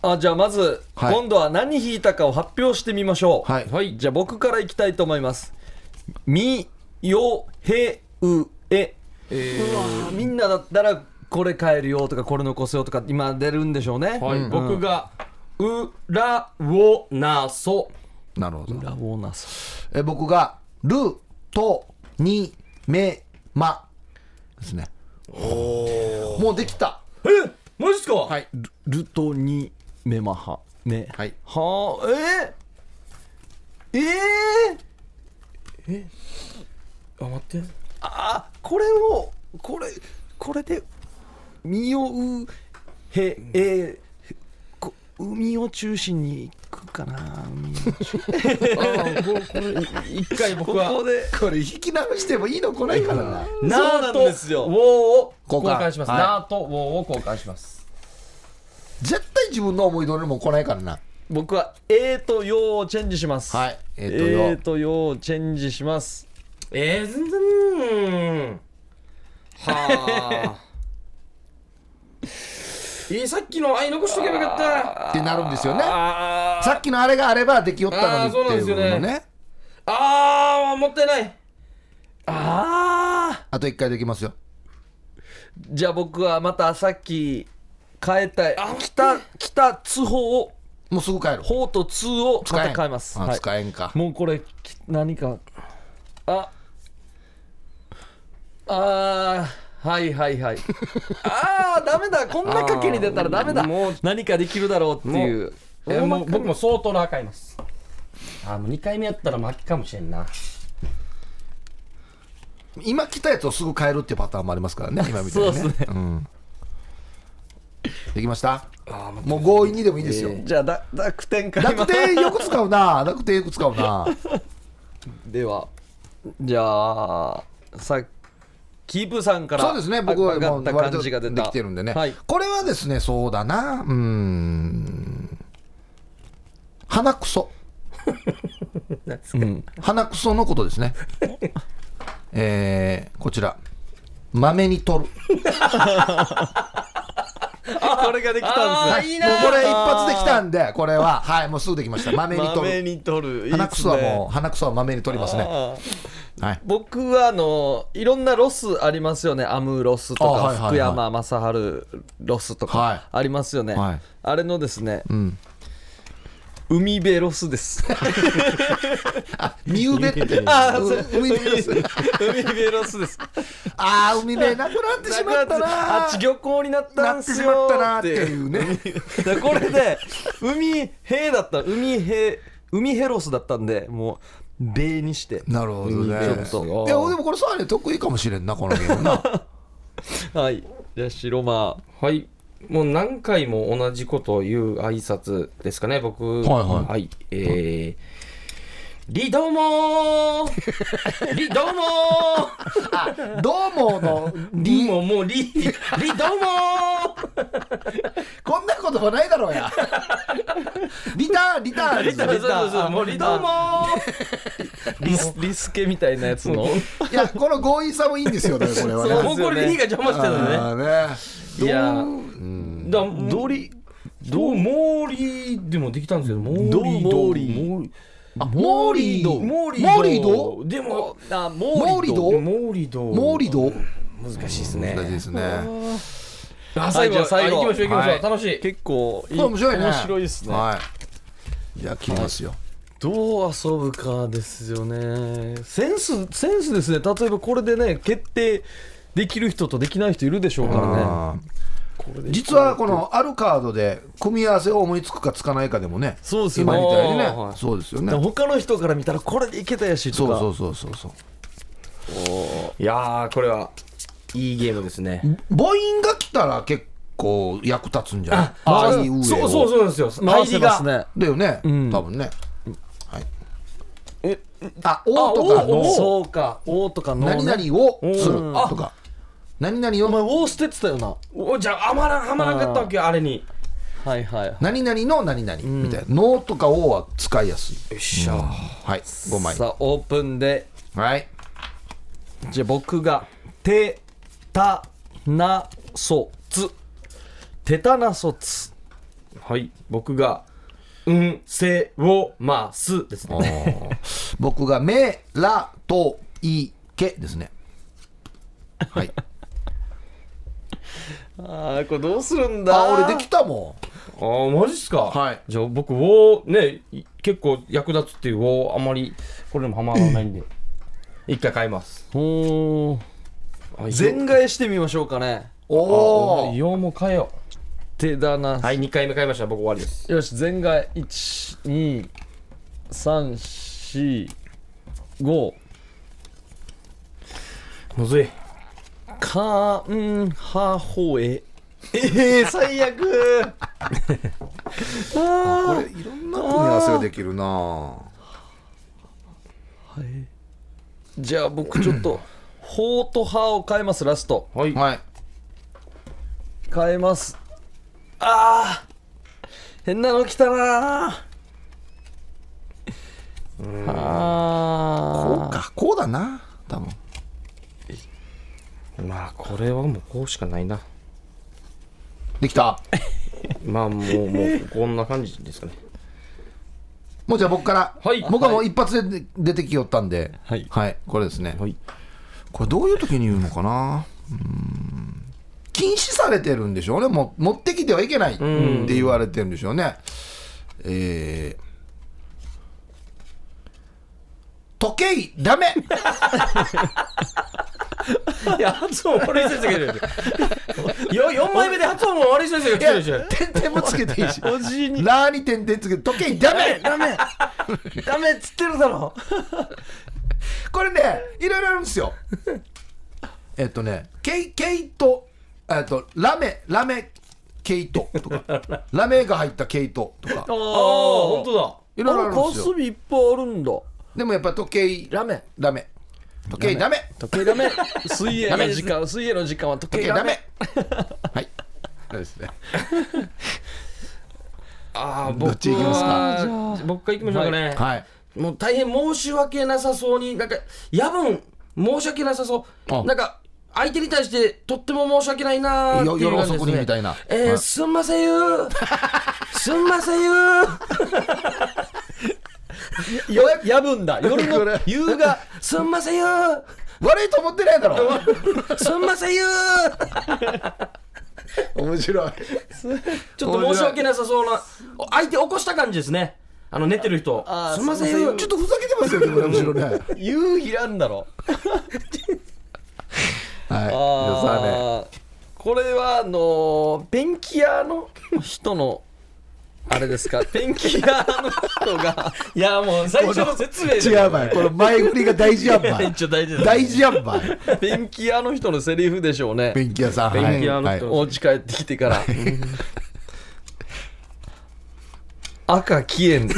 [SPEAKER 1] あじゃあまず、
[SPEAKER 3] はい
[SPEAKER 1] 今度は何引いたかを発表してみましょう
[SPEAKER 3] はい
[SPEAKER 2] はい
[SPEAKER 1] じゃあ僕からいきたいと思いますみよへうえうわーみんなだったらこれ変えるよとかこれ残すよとか今出るんでしょうね、
[SPEAKER 2] はい僕が「うらをなそ
[SPEAKER 3] なるほど
[SPEAKER 1] ラボーナス
[SPEAKER 3] え僕が「る」と「に」「め」「ま」ですねもうできた
[SPEAKER 2] えマジっすか、
[SPEAKER 5] はい
[SPEAKER 1] ルルトニメマハメ
[SPEAKER 5] はい
[SPEAKER 1] はあえー、えー、
[SPEAKER 2] あ待って
[SPEAKER 1] あこれをこれこれで身をうへえーこ海を中心に行くかな海を中心
[SPEAKER 2] 一回僕
[SPEAKER 1] こ
[SPEAKER 2] は
[SPEAKER 1] こで
[SPEAKER 3] これ引き直してもいいの来ないからな
[SPEAKER 2] ナ
[SPEAKER 1] そうな
[SPEAKER 2] ー
[SPEAKER 1] ん
[SPEAKER 2] とウォ
[SPEAKER 1] ですよ
[SPEAKER 2] ーを
[SPEAKER 5] 交
[SPEAKER 2] 交
[SPEAKER 5] 換
[SPEAKER 2] 換します、
[SPEAKER 5] はい
[SPEAKER 2] ナーとウォーを交換します
[SPEAKER 3] 絶対自分の思い通りのもん来ないからな
[SPEAKER 1] 僕は「えー」と「よ」をチェンジします
[SPEAKER 3] はいえ
[SPEAKER 1] え
[SPEAKER 3] っとよ
[SPEAKER 1] ー」と「よ」をチェンジします
[SPEAKER 2] えー、ずんずん <laughs> はあいいさっきの愛残しとけばよかった
[SPEAKER 3] ってなるんですよね
[SPEAKER 1] あ
[SPEAKER 3] さっきのあれがあればできよったのに
[SPEAKER 2] あーそうなん
[SPEAKER 3] っ
[SPEAKER 2] で
[SPEAKER 3] て
[SPEAKER 2] す
[SPEAKER 3] い
[SPEAKER 2] よね
[SPEAKER 3] うのね
[SPEAKER 2] あーもったいない
[SPEAKER 1] あ
[SPEAKER 3] あと一回できますよ
[SPEAKER 1] ーじゃあ僕はまたさっき変えたい来た来た通報を
[SPEAKER 3] もうすぐ帰
[SPEAKER 1] 「
[SPEAKER 3] る
[SPEAKER 1] ほう」と「通」をま
[SPEAKER 3] 使え
[SPEAKER 1] た
[SPEAKER 3] ん
[SPEAKER 1] 変えます
[SPEAKER 3] あ
[SPEAKER 1] はい
[SPEAKER 3] 使えんか
[SPEAKER 1] もうこれき何かああーはいはい
[SPEAKER 3] <laughs>
[SPEAKER 1] はいああダメだこんな賭けに出たらダメだ
[SPEAKER 2] もう
[SPEAKER 1] 何かできるだろうっていう
[SPEAKER 2] えーも
[SPEAKER 1] も
[SPEAKER 2] う僕も相当な赤いますあーもう2回目やったら負けかもしれんな
[SPEAKER 3] 今来たやつをすぐ変えるっていうパターンもありま
[SPEAKER 1] <laughs>
[SPEAKER 3] すからね今みたい
[SPEAKER 1] そう
[SPEAKER 3] に
[SPEAKER 1] で
[SPEAKER 3] ね
[SPEAKER 1] すね
[SPEAKER 3] できましたもう強引にでもいいですよ、
[SPEAKER 1] じゃあだ濁点か
[SPEAKER 3] 楽天よく使うな楽天よく使う
[SPEAKER 1] <laughs>
[SPEAKER 3] な
[SPEAKER 1] ではじゃあさキープさんから
[SPEAKER 3] そうですね僕は
[SPEAKER 1] 上が
[SPEAKER 3] も
[SPEAKER 1] っ
[SPEAKER 3] う
[SPEAKER 1] た
[SPEAKER 3] 割と
[SPEAKER 1] 感じが出た
[SPEAKER 3] できてるんでね、
[SPEAKER 1] はい
[SPEAKER 3] これはですねそうだなうーん鼻
[SPEAKER 1] <laughs>
[SPEAKER 3] くそ
[SPEAKER 1] うん
[SPEAKER 3] 鼻くそのことですねえー、こちら豆に取る
[SPEAKER 1] <laughs> これができたん
[SPEAKER 2] あ
[SPEAKER 1] です
[SPEAKER 2] ー
[SPEAKER 3] は
[SPEAKER 1] ね
[SPEAKER 2] いい
[SPEAKER 3] い、
[SPEAKER 2] な
[SPEAKER 3] も
[SPEAKER 2] ー
[SPEAKER 3] うこれ一発できたんでこれははいもうすぐできました豆に取
[SPEAKER 1] 豆
[SPEAKER 3] る
[SPEAKER 1] に取るいいっすね
[SPEAKER 3] 鼻くそはもう鼻くそは豆に取りますね
[SPEAKER 1] あー
[SPEAKER 3] はい
[SPEAKER 1] 僕はあのいろんなロスありますよねアムロスと
[SPEAKER 3] あはい
[SPEAKER 1] か
[SPEAKER 3] はいはい
[SPEAKER 1] 福山雅治ロスと
[SPEAKER 3] はい
[SPEAKER 1] かありますよね、
[SPEAKER 3] はい
[SPEAKER 1] あれのですね、
[SPEAKER 3] ん
[SPEAKER 1] 海辺ロスです
[SPEAKER 3] <laughs> 海辺って
[SPEAKER 1] <laughs> あー
[SPEAKER 3] う
[SPEAKER 1] そう
[SPEAKER 3] 海辺です
[SPEAKER 1] 海辺ロスです
[SPEAKER 3] ああ海辺なくなってしまったな
[SPEAKER 1] あっち漁港になった
[SPEAKER 3] なんって
[SPEAKER 1] す
[SPEAKER 3] し
[SPEAKER 1] よ
[SPEAKER 3] まったな
[SPEAKER 1] ー
[SPEAKER 3] っていうね
[SPEAKER 1] だ <laughs> からこれで海兵だった海兵海ヘロスだったんでもう米にして
[SPEAKER 3] なるほどね
[SPEAKER 1] ちょっと
[SPEAKER 3] いやでもこれそうやね得意かもしれんなこのゲームな
[SPEAKER 1] はいじゃあ白間
[SPEAKER 2] はいもう何回も同じことを言う挨拶ですかね僕
[SPEAKER 3] はいはい
[SPEAKER 2] えーリどうも
[SPEAKER 3] <laughs>
[SPEAKER 2] ーリどうもー
[SPEAKER 3] どうもの
[SPEAKER 2] リ
[SPEAKER 3] リ
[SPEAKER 2] ももうリリどうもー
[SPEAKER 3] こんな言葉ないだろうやリターンリターン
[SPEAKER 2] リそうそうそうもうリどうもー
[SPEAKER 1] リスリスケみたいなやつの
[SPEAKER 3] いやこの強引さもいいんですよねこれはね
[SPEAKER 1] そう
[SPEAKER 2] もうこれリが邪魔してたのね
[SPEAKER 3] あー
[SPEAKER 2] い
[SPEAKER 3] ね
[SPEAKER 2] や
[SPEAKER 3] うん
[SPEAKER 2] だドリどうもーリーでもできたんですけどもーリ
[SPEAKER 1] どうもーりー
[SPEAKER 2] もーり
[SPEAKER 3] あモーリード
[SPEAKER 2] モーリー
[SPEAKER 3] モーリード
[SPEAKER 2] でも
[SPEAKER 1] あ
[SPEAKER 3] モーリード
[SPEAKER 2] モーリード
[SPEAKER 3] モーリード
[SPEAKER 2] 難しいです
[SPEAKER 3] 大事ですね
[SPEAKER 2] あ最後
[SPEAKER 1] はいじゃあ最後
[SPEAKER 2] あ行きましょう行きましょう、
[SPEAKER 3] はい
[SPEAKER 2] 楽しい
[SPEAKER 1] 結構いい
[SPEAKER 3] これ面白いね
[SPEAKER 1] 面白いですね、
[SPEAKER 3] はいじゃあ切りますよ
[SPEAKER 1] どう遊ぶかですよねセンスセンスですね例えばこれでね決定できる人とできない人いるでしょうからね
[SPEAKER 3] あー
[SPEAKER 1] これで
[SPEAKER 3] 実はこのあるカードで組み合わせを思いつくかつかないかでもね
[SPEAKER 1] そうですよ
[SPEAKER 3] 今
[SPEAKER 1] ね
[SPEAKER 3] みたいにね
[SPEAKER 2] おーはい
[SPEAKER 3] そうですよね
[SPEAKER 1] だから他の人から見たらこれでいけたやしと
[SPEAKER 3] そう
[SPEAKER 1] か
[SPEAKER 3] そうそうそうそう
[SPEAKER 2] いやーこれはいいゲームですね
[SPEAKER 3] 母音が来たら結構役立つんじゃない
[SPEAKER 2] あ
[SPEAKER 3] あ
[SPEAKER 2] ー
[SPEAKER 3] いいうえを
[SPEAKER 2] そうそうそうなんですよ
[SPEAKER 1] 回せます
[SPEAKER 2] 入りが
[SPEAKER 1] ね
[SPEAKER 3] だよね、
[SPEAKER 1] ん
[SPEAKER 3] 多分ねはい
[SPEAKER 2] え
[SPEAKER 3] あ「お」とか
[SPEAKER 2] あお
[SPEAKER 3] の
[SPEAKER 1] そうか「お」とか「
[SPEAKER 3] 「
[SPEAKER 1] の」
[SPEAKER 3] 何
[SPEAKER 1] ね
[SPEAKER 3] 々をする」とか「何々
[SPEAKER 1] お前「
[SPEAKER 3] を
[SPEAKER 1] お」捨ててたよな
[SPEAKER 2] おじゃああまらんはまらんかったわけよあれに
[SPEAKER 1] はいはい
[SPEAKER 3] 何々の何々」みたいな「の」とか「お」は使いやすい
[SPEAKER 2] よっしゃ
[SPEAKER 3] はい5枚
[SPEAKER 1] さあオープンで
[SPEAKER 3] はい
[SPEAKER 1] じゃあ僕が「てたなそつ」「てたなそつ
[SPEAKER 2] はい僕がうんせをますですね
[SPEAKER 3] <laughs> 僕が「め」「ら」と「い」「け」ですねはい」
[SPEAKER 1] ああこれどうするんだ
[SPEAKER 3] あ俺できたも
[SPEAKER 2] ああマジっすか
[SPEAKER 3] はい
[SPEAKER 2] じゃあ僕をねい結構役立つっていうをあんまりこれでもはまらないんで一回買います
[SPEAKER 1] おー全替えしてみましょうかね
[SPEAKER 3] おお
[SPEAKER 2] ようも変えよ
[SPEAKER 1] 手だな、
[SPEAKER 2] うはい2回目変えました僕終わりです
[SPEAKER 1] よし全替え1234 5
[SPEAKER 2] むずい
[SPEAKER 1] かんはほえええ最悪あ
[SPEAKER 3] これいろんな組み合わせができるな
[SPEAKER 1] ー <laughs> じゃあ僕ちょっと「ほ」と「は」を変えますラスト
[SPEAKER 2] はい
[SPEAKER 3] はい
[SPEAKER 1] 変えますあー変なの来たなー
[SPEAKER 3] こ
[SPEAKER 1] あ
[SPEAKER 3] うかこうだな多分
[SPEAKER 2] まあこれはもうこうしかないな
[SPEAKER 3] できた
[SPEAKER 2] まあもうもうこんな感じですかね
[SPEAKER 3] もうじゃあ僕から、
[SPEAKER 2] はい
[SPEAKER 3] 僕はもう一発で出てきよったんでは
[SPEAKER 1] はい
[SPEAKER 3] これですね、
[SPEAKER 2] はい
[SPEAKER 3] これどういう時に言うのかなうーん禁止されてるんでしょうねもう持ってきてはいけないって言われてるんでしょうねえー時計ダメ
[SPEAKER 2] いや発音悪い先生がいるよ4枚目で発音も悪い先生が来
[SPEAKER 3] い
[SPEAKER 2] て
[SPEAKER 3] や
[SPEAKER 2] るじゃん
[SPEAKER 3] 点々もつけていいし
[SPEAKER 1] おじいに
[SPEAKER 3] ラーに点々つけて時計ダメ
[SPEAKER 1] ダメダメっつってるだろ
[SPEAKER 3] <laughs> これねいろいろあるんですよえっとねケイケイトえっとラメラメケイトとかラメが入ったケイトとか
[SPEAKER 1] ああ
[SPEAKER 2] ああ本当だ
[SPEAKER 3] いろいろあるん
[SPEAKER 1] コ
[SPEAKER 3] です
[SPEAKER 1] ス
[SPEAKER 3] よ
[SPEAKER 1] ビいっぱいあるんだ
[SPEAKER 3] でもやっぱ時計
[SPEAKER 1] ラメ
[SPEAKER 3] ラメ時計ダメ
[SPEAKER 1] 時計ダメ水泳の時間水泳の時間は時
[SPEAKER 3] 時計
[SPEAKER 1] 計
[SPEAKER 3] ダ
[SPEAKER 1] ダ
[SPEAKER 3] メ
[SPEAKER 1] メ
[SPEAKER 3] はいそうです
[SPEAKER 1] <laughs>
[SPEAKER 3] ね
[SPEAKER 2] ああ僕
[SPEAKER 3] どっち行きます
[SPEAKER 1] か
[SPEAKER 2] は僕から行きましょうかね、
[SPEAKER 3] はい
[SPEAKER 2] もう大変申し訳なさそうに、なんか、夜分、申し訳なさそ
[SPEAKER 3] あ
[SPEAKER 2] う。なんか、相手に対して、とっても申し訳ないなーって
[SPEAKER 3] よ
[SPEAKER 2] いう
[SPEAKER 3] 夜
[SPEAKER 2] 感じです、
[SPEAKER 3] 遅く
[SPEAKER 2] ね。
[SPEAKER 3] にみたいな
[SPEAKER 2] えー
[SPEAKER 3] はい
[SPEAKER 2] すんません
[SPEAKER 3] <laughs>
[SPEAKER 2] よー。すんませんよー。
[SPEAKER 1] よ夜分だ夜
[SPEAKER 3] こ
[SPEAKER 1] の
[SPEAKER 3] れ
[SPEAKER 1] 夕が
[SPEAKER 2] すんませんよー。
[SPEAKER 3] 悪いと思ってな
[SPEAKER 2] <laughs>
[SPEAKER 3] いだろ
[SPEAKER 2] すんませんよー。
[SPEAKER 3] 面白い
[SPEAKER 2] ちょっと申し訳なさそうな、お相手起こした感じですね。あの、寝てる人
[SPEAKER 1] あ。ー
[SPEAKER 2] すんませんよー
[SPEAKER 3] ちょっ。とふざけてますよでもねむしろねはい
[SPEAKER 1] 夕日なんだろ
[SPEAKER 3] 皆
[SPEAKER 1] あーこれはあのーペンキ屋の人のあれですかペンキ屋の人が
[SPEAKER 2] いや、もう、最初の説明
[SPEAKER 3] さんね違うばいこの前振りが大事やんば
[SPEAKER 2] <laughs>
[SPEAKER 3] い
[SPEAKER 2] 一応大事だ。
[SPEAKER 3] 大事やんばい
[SPEAKER 1] <laughs> ペンキ屋の人のセリフでしょうね
[SPEAKER 3] 便器屋さんはい
[SPEAKER 2] 便器屋の人
[SPEAKER 3] はい
[SPEAKER 1] お家帰ってきて <laughs> から赤消 <laughs> えん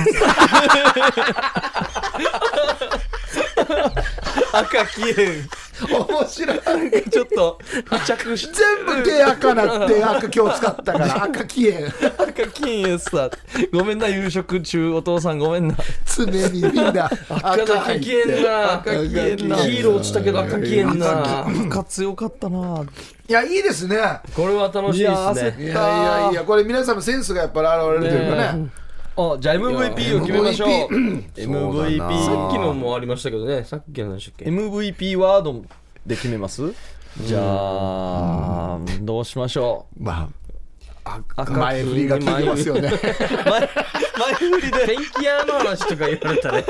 [SPEAKER 1] 赤消えん
[SPEAKER 3] 面白い
[SPEAKER 1] ちょっと付着し
[SPEAKER 3] 全部手赤なって赤今日使っ
[SPEAKER 2] <laughs>
[SPEAKER 3] たから赤消えん
[SPEAKER 1] 赤金エスタごめんな夕食中お父さんごめんな
[SPEAKER 3] 常にみんな赤
[SPEAKER 2] 赤
[SPEAKER 3] 入っ
[SPEAKER 2] 消えん
[SPEAKER 3] て
[SPEAKER 2] な
[SPEAKER 1] 赤消えんな
[SPEAKER 2] ヒーロー落ちたけど赤消えんな
[SPEAKER 1] 赤強かったない
[SPEAKER 3] やいいですね
[SPEAKER 2] これは楽しい
[SPEAKER 1] いや
[SPEAKER 2] です
[SPEAKER 1] 焦っ
[SPEAKER 2] ね
[SPEAKER 3] いやいやいやこれ皆さんのセンスがやっぱり現れるというかね
[SPEAKER 1] ねあじゃあ MVP を決めましょう <clears throat>
[SPEAKER 3] そうだな
[SPEAKER 1] MVP
[SPEAKER 2] さっきのもありましたけどねさっきの何でしたっけ
[SPEAKER 1] MVP ワードで決めますじゃあどうしましょ
[SPEAKER 3] <laughs>
[SPEAKER 1] う
[SPEAKER 3] まあ
[SPEAKER 1] 赤
[SPEAKER 3] 前振りが効いてますよね
[SPEAKER 1] 前前振りで
[SPEAKER 2] ペンキ屋の話とか言われたね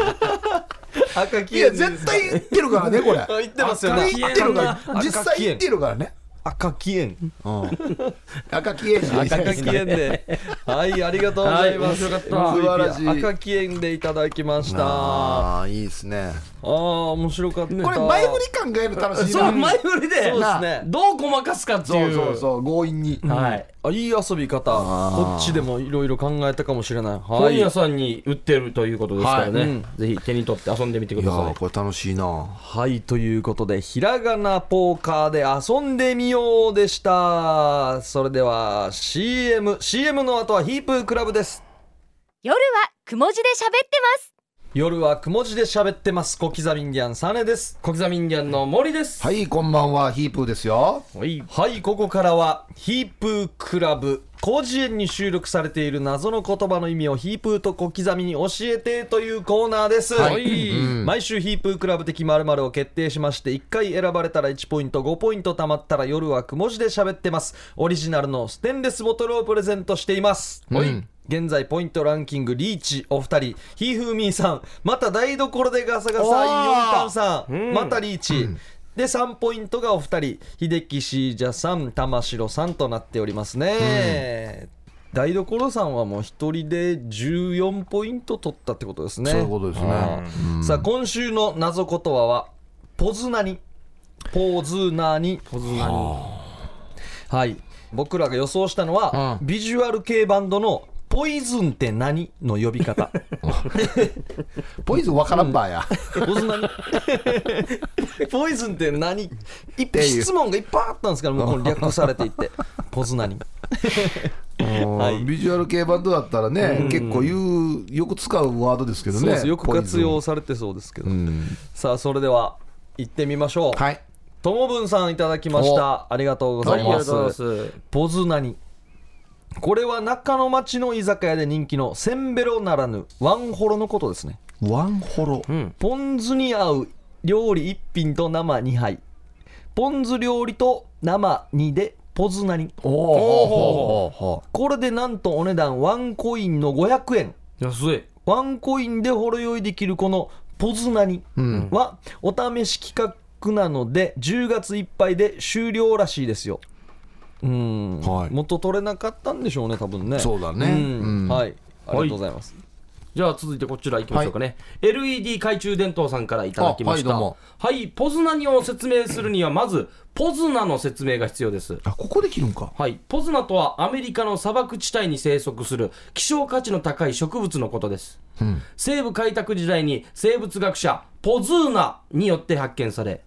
[SPEAKER 1] <laughs> 赤
[SPEAKER 3] い
[SPEAKER 1] 消え
[SPEAKER 3] や
[SPEAKER 1] ん
[SPEAKER 3] 絶対言ってるからねこれ
[SPEAKER 1] あ
[SPEAKER 3] 言
[SPEAKER 1] 言ってますよね
[SPEAKER 3] ってるから
[SPEAKER 1] 赤
[SPEAKER 3] 実際言ってるからね
[SPEAKER 1] 赤消えん
[SPEAKER 3] うん赤消えん
[SPEAKER 1] 赤消えんで
[SPEAKER 3] <laughs>
[SPEAKER 1] はいありがとうございます
[SPEAKER 2] はい面白
[SPEAKER 3] かった素晴らしい
[SPEAKER 1] MVP 赤消えんでいただきましたあ
[SPEAKER 3] ああいいですね
[SPEAKER 1] あ面白かった
[SPEAKER 3] これ前振り考えるの楽しい
[SPEAKER 2] そう
[SPEAKER 3] な
[SPEAKER 2] 前振りで
[SPEAKER 1] そうですね
[SPEAKER 2] どうごまかすかって
[SPEAKER 3] そ
[SPEAKER 2] いうう
[SPEAKER 3] そうそう強引に
[SPEAKER 2] はい
[SPEAKER 1] あいい遊び方
[SPEAKER 3] あー
[SPEAKER 1] こっちでもいろいろ考えたかもしれないは
[SPEAKER 2] 本
[SPEAKER 1] い
[SPEAKER 2] 屋さんに売ってるということですから
[SPEAKER 3] は
[SPEAKER 2] ね、ぜひ手に取って遊んでみてく
[SPEAKER 3] い
[SPEAKER 2] だ
[SPEAKER 3] や
[SPEAKER 2] さ
[SPEAKER 3] ーこれ楽しいな
[SPEAKER 1] はいということでひらがなポーカーで遊んでみようでしたそれでは CMCM の後はヒープークラブです
[SPEAKER 4] 夜はくも字で喋ってます
[SPEAKER 1] 夜はくも字で喋ってます小刻みインディアンサネです
[SPEAKER 2] い小刻みインディアンの森です
[SPEAKER 3] はいこんばんはヒープーですよ
[SPEAKER 2] はい
[SPEAKER 1] はいここからはヒープークラブ広辞苑に収録されている謎の言葉の意味をヒープーと小刻みに教えてというコーナーです、
[SPEAKER 2] はい
[SPEAKER 1] うん毎週ヒープークラブ的〇〇を決定しまして1回選ばれたら1ポイント5ポイント貯まったら夜はくも字で喋ってますオリジナルのステンレスボトルをプレゼントしています、
[SPEAKER 3] はい
[SPEAKER 1] 現在ポイントランキングリーチお二人ひーふーみーさんまた台所でガサガサ
[SPEAKER 3] お
[SPEAKER 1] イオ
[SPEAKER 3] ー
[SPEAKER 1] ンタンさんまたリーチ、で3ポイントがお二人秀樹シージャさん玉城さんとなっておりますね、台所さんはもう一人で14ポイント取ったってことですね
[SPEAKER 3] そういうことですね
[SPEAKER 1] はいさあ今週の謎言葉はポズナニポズナニポズナニはい僕らが予想したのは、
[SPEAKER 3] う
[SPEAKER 1] ビジュアル系バンドのポイズンって何の呼び方
[SPEAKER 3] ポイズンわからんばや、
[SPEAKER 1] ポズナニ <laughs> ポイズンって何いっぱい質問がいっぱいあったんですからもうこれ略されていってポズナニ
[SPEAKER 3] うんビジュアル系バンドだったらね、結構言うよく使うワードですけど
[SPEAKER 1] そう
[SPEAKER 3] ね
[SPEAKER 1] ですよく
[SPEAKER 3] ポイズ
[SPEAKER 1] 活
[SPEAKER 3] ン
[SPEAKER 1] 用されてそうですけど、
[SPEAKER 3] うん
[SPEAKER 1] さあそれでは行ってみましょう
[SPEAKER 3] はい
[SPEAKER 1] ともぶんさんいただきましたありがとうござい
[SPEAKER 2] あり
[SPEAKER 1] ま
[SPEAKER 2] が
[SPEAKER 1] す
[SPEAKER 2] とうございます
[SPEAKER 1] ポズナニこれは中野町の居酒屋で人気のせんべろならぬワンホロのことですね
[SPEAKER 3] ワンホロ、
[SPEAKER 1] ポン酢に合う料理1品と生2杯ポン酢料理と生2でポズナニ
[SPEAKER 3] おー
[SPEAKER 2] お
[SPEAKER 3] ほ
[SPEAKER 1] これでなんとお値段ワンコインの500円
[SPEAKER 2] 安い
[SPEAKER 1] ワンコインでほろ酔いできるこのポズナニはお試し企画なので10月いっぱいで終了らしいですよ。うん、
[SPEAKER 3] はい
[SPEAKER 1] 元取れなかったんでしょうね多分ね。
[SPEAKER 3] そうだね
[SPEAKER 1] ん
[SPEAKER 3] うん
[SPEAKER 1] はい。ありがとうございます。
[SPEAKER 2] じゃあ続いてこちら行きましょうかね、LED 懐中電灯さんからいただきました
[SPEAKER 3] あはいどうも
[SPEAKER 2] はいポズナニを説明するにはまずポズナの説明が必要です
[SPEAKER 3] あここで切るんか
[SPEAKER 2] はい、ポズナとはアメリカの砂漠地帯に生息する希少価値の高い植物のことです、西部開拓時代に生物学者ポズーナによって発見され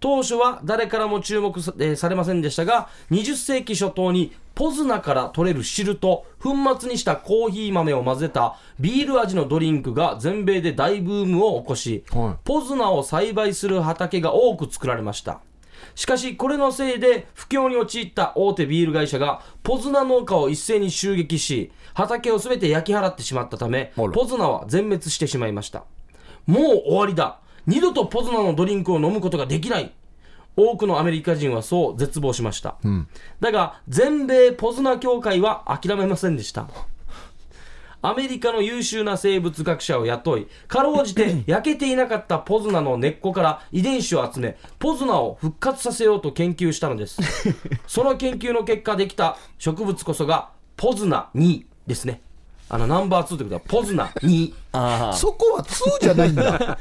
[SPEAKER 2] 当初は誰からも注目さ,えー、されませんでしたが20世紀初頭にポズナから取れる汁と粉末にしたコーヒー豆を混ぜたビール味のドリンクが全米で大ブームを起こし、
[SPEAKER 3] はい
[SPEAKER 2] ポズナを栽培する畑が多く作られましたしかしこれのせいで不況に陥った大手ビール会社がポズナ農家を一斉に襲撃し畑を全て焼き払ってしまったため
[SPEAKER 3] あら
[SPEAKER 2] ポズナは全滅してしまいましたもう終わりだ二度とポズナのドリンクを飲むことができない多くのアメリカ人はそう絶望しました、だが全米ポズナ協会は諦めませんでしたアメリカの優秀な生物学者を雇い、かろうじて焼けていなかったポズナの根っこから遺伝子を集め、ポズナを復活させようと研究したのです。その研究の結果できた植物こそがポズナ2ですね。あのナンバー2ということはポズナ2。
[SPEAKER 3] そこは2じゃないんだ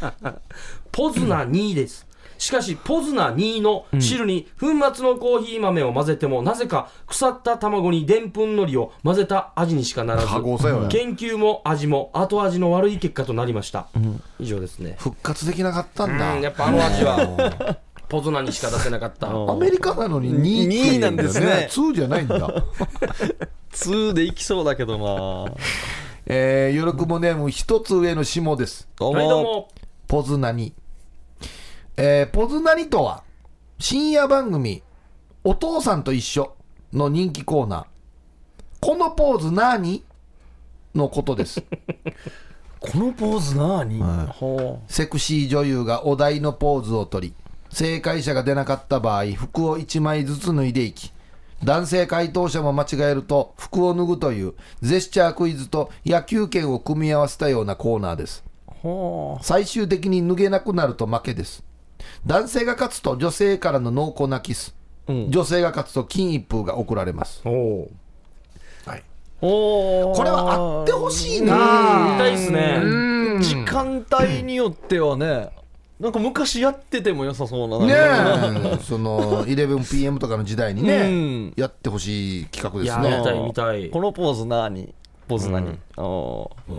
[SPEAKER 2] ポズナ2です。しかし、ポズナ2の汁に粉末のコーヒー豆を混ぜても、なぜか腐った卵にでんぷん海苔を混ぜた味にしかならず、
[SPEAKER 3] 加工作用や
[SPEAKER 2] 研究も味も後味の悪い結果となりました。以上ですね。
[SPEAKER 3] <laughs> 復活できなかったんだ、
[SPEAKER 2] うんやっぱあの味は、ポズナにしか出せなかった。
[SPEAKER 3] アメリカなのに2
[SPEAKER 1] にになんですね
[SPEAKER 3] 2じゃないんだ <laughs>
[SPEAKER 1] 2でいきそうだけどな。
[SPEAKER 3] えー、よろくもねもう一つ上の下です
[SPEAKER 1] どう
[SPEAKER 2] はい、どう
[SPEAKER 1] も。
[SPEAKER 2] も。
[SPEAKER 3] ポズナニ、えーポズナニとは深夜番組「お父さんと一緒」の人気コーナーこのポーズ何のことです
[SPEAKER 1] このポーズなに。ほ
[SPEAKER 3] セクシー女優がお題のポーズを取り、正解者が出なかった場合、服を1枚ずつ脱いでいき、男性回答者も間違えると服を脱ぐというジェスチャークイズと野球拳を組み合わせたようなコーナーです。
[SPEAKER 1] うほ
[SPEAKER 3] 最終的に脱げなくなると負けです。男性が勝つと女性からの濃厚なキス、
[SPEAKER 1] うん
[SPEAKER 3] 女性が勝つと金一封が贈られます。
[SPEAKER 2] お
[SPEAKER 1] う。ほう。
[SPEAKER 3] これはあってほしい
[SPEAKER 2] あ
[SPEAKER 3] な
[SPEAKER 2] 見たいっすね。
[SPEAKER 1] 時間帯によってはね、なんか昔やってても良さそうな。
[SPEAKER 3] ね
[SPEAKER 1] なんかね
[SPEAKER 3] え、その <laughs> 11pm とかの時代にね、
[SPEAKER 1] うん
[SPEAKER 3] やってほしい企画
[SPEAKER 2] い
[SPEAKER 3] です
[SPEAKER 2] や
[SPEAKER 3] ね
[SPEAKER 2] 見たい見たい
[SPEAKER 1] このポーズなに。ポーズなに。おー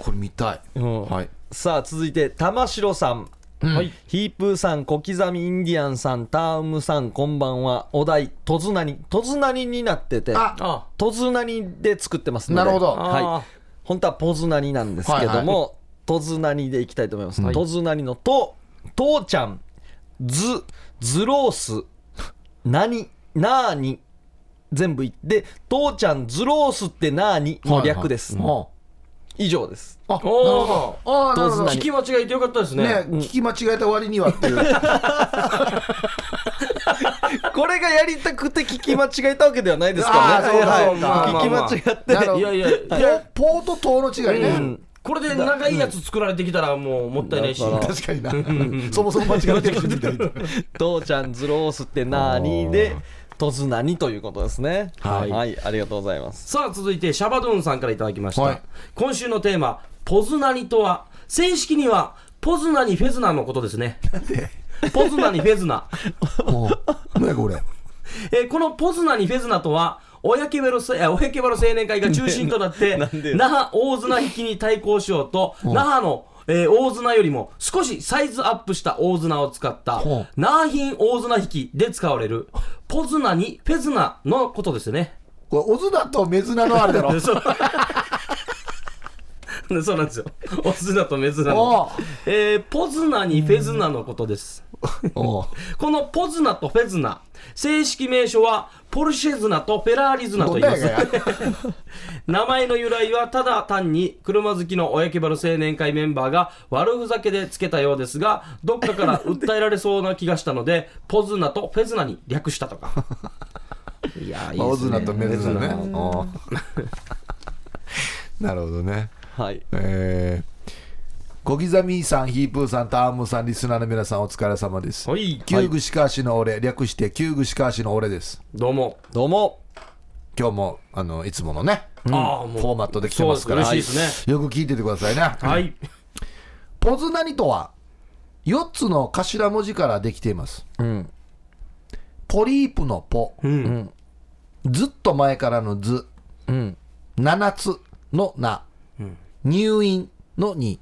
[SPEAKER 3] これ見た
[SPEAKER 1] う
[SPEAKER 3] い、
[SPEAKER 1] ん
[SPEAKER 3] はい
[SPEAKER 1] さあ続いて玉城さん、はい、ヒープーさん小刻みインディアンさんタームさんこんばんはお題「とずなに」「とずなに」になってて
[SPEAKER 3] あ
[SPEAKER 2] あ、
[SPEAKER 1] 「とずなに」で作ってますので
[SPEAKER 3] なるほど
[SPEAKER 1] は
[SPEAKER 2] あー
[SPEAKER 1] い、本当は「ポズなに」なんですけども「とずなに」でいきたいと思います「とずなに」の「と」「とうちゃん」「ず」「ずろうす」「なに」「なーに」全部いって「とうちゃんずろうすってなーに」の略です、
[SPEAKER 3] はいはい
[SPEAKER 1] 以上です
[SPEAKER 3] あなる
[SPEAKER 2] おー
[SPEAKER 3] ほどあーなるほど
[SPEAKER 1] どう
[SPEAKER 2] 聞き間違えてよかったですね。
[SPEAKER 3] ね、聞き間違えた割にはっていう
[SPEAKER 1] これがやりたくて聞き間違えたわけではないです
[SPEAKER 3] あ
[SPEAKER 1] か
[SPEAKER 3] ー
[SPEAKER 1] ら
[SPEAKER 3] そう
[SPEAKER 1] ね。
[SPEAKER 3] か
[SPEAKER 1] はい
[SPEAKER 3] そうか
[SPEAKER 1] 聞き間違って
[SPEAKER 3] なるほど
[SPEAKER 2] いやいや、いや
[SPEAKER 3] ポーと塔の違いね、
[SPEAKER 1] うん
[SPEAKER 2] これで長いやつ作られてきたらもうもったいないし
[SPEAKER 1] だから
[SPEAKER 3] 確かになそもそも間違えてる人みたいな
[SPEAKER 1] 父ちゃんズロースってなーにでとずなにということですね
[SPEAKER 2] はい
[SPEAKER 1] ありがとうございます
[SPEAKER 2] さあ続いてシャバドゥンさんからいただきました、
[SPEAKER 3] はい
[SPEAKER 2] 今週のテーマ「ポズナニとは」正式にはポズナニフェズナのことですねポズナニフェズナ、
[SPEAKER 3] もう何やこれ
[SPEAKER 2] えーこのポズナニフェズナとは親ケバロせえ親ケバロ青年会が中心となって、
[SPEAKER 1] なんで
[SPEAKER 2] 那覇大綱引きに対抗しようと那覇の、えー大綱よりも少しサイズアップした大綱を使った
[SPEAKER 3] ほう
[SPEAKER 2] 那覇品大綱引きで使われるポズナニフェズナのことですね
[SPEAKER 3] これオズナとメズナのあれだろ
[SPEAKER 2] でそう <laughs> でそうなんですよ。オズナとメズナ
[SPEAKER 3] おう
[SPEAKER 2] の、えーポズナにフェズナのことです。
[SPEAKER 3] おう
[SPEAKER 2] このポズナとフェズナ、正式名称はポルシェズナとフェラーリズナと
[SPEAKER 3] ど
[SPEAKER 2] 言
[SPEAKER 3] ん
[SPEAKER 2] い
[SPEAKER 3] な
[SPEAKER 2] ま
[SPEAKER 3] や
[SPEAKER 2] す。
[SPEAKER 3] がや
[SPEAKER 2] 名前の由来はただ単に車好きの親木原青年会メンバーが悪ふざけでつけたようですがどっかから訴えられそうな気がしたのでポズナとフェズナに略したと
[SPEAKER 3] <laughs>
[SPEAKER 2] かいやーいいですね
[SPEAKER 3] オズナとメズナね
[SPEAKER 2] フェズナ
[SPEAKER 3] おう <laughs> なるほどね
[SPEAKER 1] はい
[SPEAKER 3] えー小刻みさん、ヒープーさん、タームさん、リスナーの皆さん、お疲れ様です。
[SPEAKER 2] はい
[SPEAKER 3] キューグシカーシの俺、略してキューグシカーシの俺です。
[SPEAKER 2] どうも
[SPEAKER 1] どうも
[SPEAKER 3] 今日もあのいつものね、
[SPEAKER 2] ああも
[SPEAKER 3] フォーマットできてますから、
[SPEAKER 2] そうです嬉しいです
[SPEAKER 3] よく聞いててくださいね。
[SPEAKER 2] ねはい
[SPEAKER 3] ポズナニとは、4つの頭文字からできています。
[SPEAKER 1] うん
[SPEAKER 3] ポリープのポ、
[SPEAKER 2] うん
[SPEAKER 3] ずっと前からのず、
[SPEAKER 1] うん
[SPEAKER 3] 7つのな、入院のに、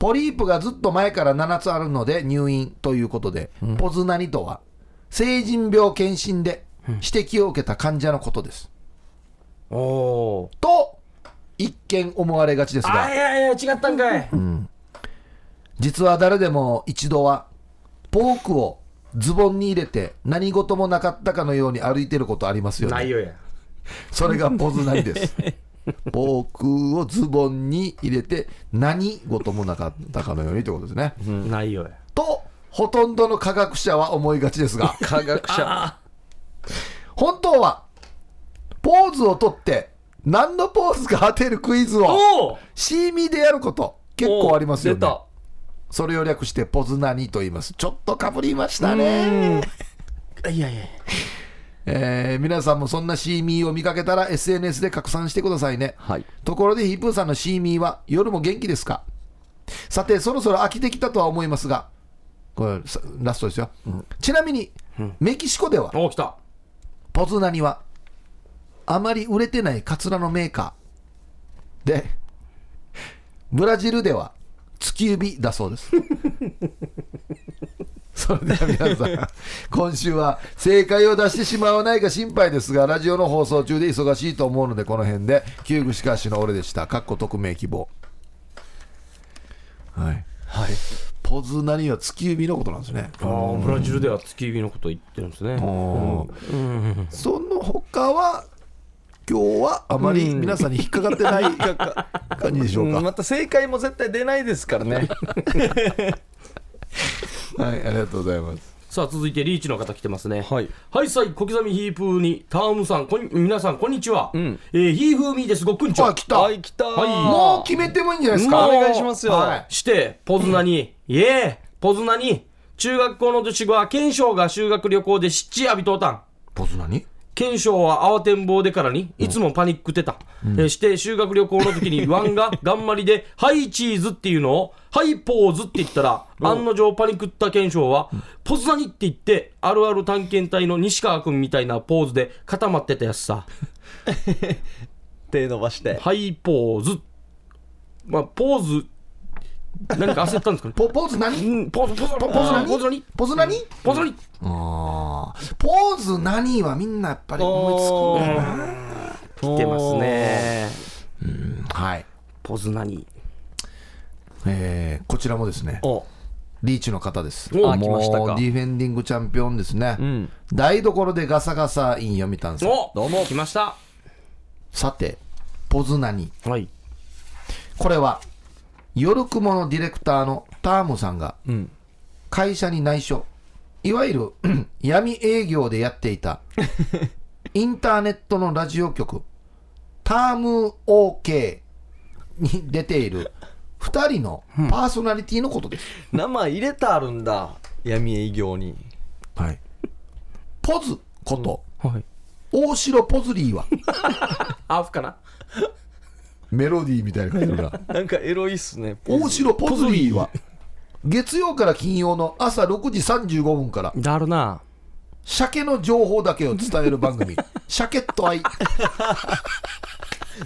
[SPEAKER 3] ポリープがずっと前から7つあるので入院ということで、ポズナニとは成人病検診で指摘を受けた患者のことです、
[SPEAKER 2] おお
[SPEAKER 3] と一見思われがちです
[SPEAKER 2] あ
[SPEAKER 3] が
[SPEAKER 2] いやいや違ったんかい
[SPEAKER 3] 実は誰でも一度はポークをズボンに入れて何事もなかったかのように歩いてることありますよね
[SPEAKER 2] 内容や
[SPEAKER 3] それがポズナリです。ポークをズボンに入れて何事もなかったかのようにということですね。
[SPEAKER 2] 内容や
[SPEAKER 3] とほとんどの科学者は思いがちです
[SPEAKER 1] <laughs>
[SPEAKER 3] が
[SPEAKER 1] 科学
[SPEAKER 3] <laughs>
[SPEAKER 1] 者
[SPEAKER 3] 本当はポーズをとって何のポーズか当てるクイズを
[SPEAKER 2] おお
[SPEAKER 3] CM でやること結構ありますよ
[SPEAKER 1] 出
[SPEAKER 3] ね
[SPEAKER 1] た。
[SPEAKER 3] それを略してポズナニと言います。ちょっとかぶりましたね。
[SPEAKER 2] いやいや
[SPEAKER 3] <laughs> えー皆さんもそんなシーミーを見かけたら SNS で拡散してくださいね。
[SPEAKER 1] はい
[SPEAKER 3] ところでヒープーさんのシーミーは夜も元気ですかさてそろそろ飽きてきたとは思いますがこれさラストですよ、ちなみに、メキシコでは
[SPEAKER 2] おお来た
[SPEAKER 3] ポズナにはあまり売れてないカツラのメーカーでブラジルでは月指だそうです <laughs> それでは皆さん今週は正解を出してしまわないか心配ですがラジオの放送中で忙しいと思うのでこの辺で「キューグしかしの俺でした」「かっこ匿名希望」はい
[SPEAKER 1] はい
[SPEAKER 3] ポズナには月指のことなんですね
[SPEAKER 2] ああブラジルでは月指のこと言ってるんですね
[SPEAKER 3] その他は今日はあまり皆さんに引っかかっ
[SPEAKER 1] <laughs>
[SPEAKER 3] てない感じでしょう
[SPEAKER 1] うん
[SPEAKER 3] か、
[SPEAKER 1] また正解も絶対出ないですから <laughs> ね
[SPEAKER 3] はいありがとうございます
[SPEAKER 2] さあ続いてリーチの方来てますね
[SPEAKER 1] はい
[SPEAKER 2] はいさい小刻みヒープーにタームさんこん皆さんこんにちは、
[SPEAKER 1] ん
[SPEAKER 2] えーヒーフーミーですごっくんちょ
[SPEAKER 3] あ来た、
[SPEAKER 1] はい来た
[SPEAKER 2] はい
[SPEAKER 3] もう決めてもいいんじゃないですか
[SPEAKER 1] お願いしますよ
[SPEAKER 3] はい
[SPEAKER 2] してポズナに、イエーポズナに中学校の年後は賢章が修学旅行で湿地浴びとうたん
[SPEAKER 3] ポズナに
[SPEAKER 2] 賢章は慌てんぼうでからにいつもパニックてた、えーして修学旅行の時 <laughs> にワンが頑張りで「ハイチーズ」っていうのを「ハイポーズ」って言ったら案の定パニックった賢章は「ポズナニ」って言ってあるある探検隊の西川君みたいなポーズで固まってたやつさ
[SPEAKER 1] 手伸ばして
[SPEAKER 2] ハイポーズまあポーズ何か焦ったんですかね
[SPEAKER 3] ポポーズ
[SPEAKER 2] う
[SPEAKER 3] 何
[SPEAKER 2] んポーズポーズポ
[SPEAKER 3] ポーズ
[SPEAKER 2] ーズ
[SPEAKER 3] 何
[SPEAKER 2] ポーズ何ポ
[SPEAKER 3] ポズ何
[SPEAKER 2] ーズ何
[SPEAKER 3] あーポーズ何はみんなやっぱり思いつくんだな
[SPEAKER 2] 来てますね
[SPEAKER 3] はい
[SPEAKER 2] ポーズ何
[SPEAKER 3] えーこちらもですね
[SPEAKER 1] お
[SPEAKER 3] リーチの方です
[SPEAKER 2] お
[SPEAKER 1] あ来ましたか
[SPEAKER 3] もうディフェンディングチャンピオンですね、
[SPEAKER 1] ん
[SPEAKER 3] 台所でガサガサイン読みたんです
[SPEAKER 2] お
[SPEAKER 1] どうも
[SPEAKER 2] 来ました
[SPEAKER 3] さてポズナに
[SPEAKER 2] はい
[SPEAKER 3] これは夜雲のディレクターのタームさんが
[SPEAKER 1] うん
[SPEAKER 3] 会社に内緒いわゆる <clears throat> 闇営業でやってい <laughs> たインターネットのラジオ局ターム OK に出ている2人のパーソナリティのことです、
[SPEAKER 1] 生入れてあるんだ闇営業に
[SPEAKER 3] はい、ポズこと、
[SPEAKER 2] はい
[SPEAKER 3] 大城ポズリーは
[SPEAKER 2] ハーフかな
[SPEAKER 3] <laughs> メロディーみたいな感じが
[SPEAKER 1] なんかエロいっすねポ
[SPEAKER 3] 大
[SPEAKER 1] ーズ
[SPEAKER 3] 城ポズリーは月曜から金曜の朝6時35分から
[SPEAKER 2] だるな
[SPEAKER 3] 鮭の情報だけを伝える
[SPEAKER 2] <laughs>
[SPEAKER 3] 番組「鮭と愛」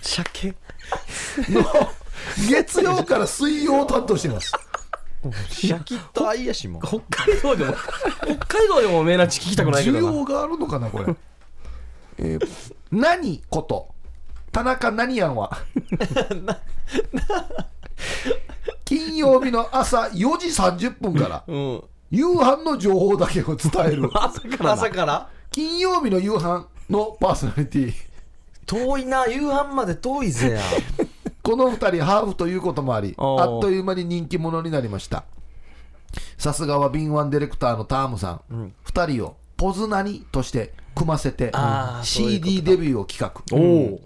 [SPEAKER 1] 鮭
[SPEAKER 3] の月曜から水曜を担当しています
[SPEAKER 1] シャキッとアイヤシも
[SPEAKER 2] 北海道でも北海道でもメーナチ聞きたくないけ
[SPEAKER 3] 需
[SPEAKER 2] どな
[SPEAKER 3] 要があるのか
[SPEAKER 2] <laughs>
[SPEAKER 3] なこれ、えー何こと田中何や
[SPEAKER 2] <laughs>
[SPEAKER 3] んは金曜日の朝4時30分から
[SPEAKER 1] うん
[SPEAKER 3] 夕飯の情報だけを伝え
[SPEAKER 2] <laughs>
[SPEAKER 3] る
[SPEAKER 2] 朝からな
[SPEAKER 1] 朝から
[SPEAKER 3] 金曜日の夕飯のパーソナリティ
[SPEAKER 1] 遠いな夕飯まで遠いぜや
[SPEAKER 3] この2人ハーフということもあり
[SPEAKER 2] おー
[SPEAKER 3] あっという間に人気者になりましたさすがは敏腕ディレクターのタームさん、2人をポズナニとして組ませて
[SPEAKER 1] あーそういうこと
[SPEAKER 3] CD デビューを企画
[SPEAKER 2] おお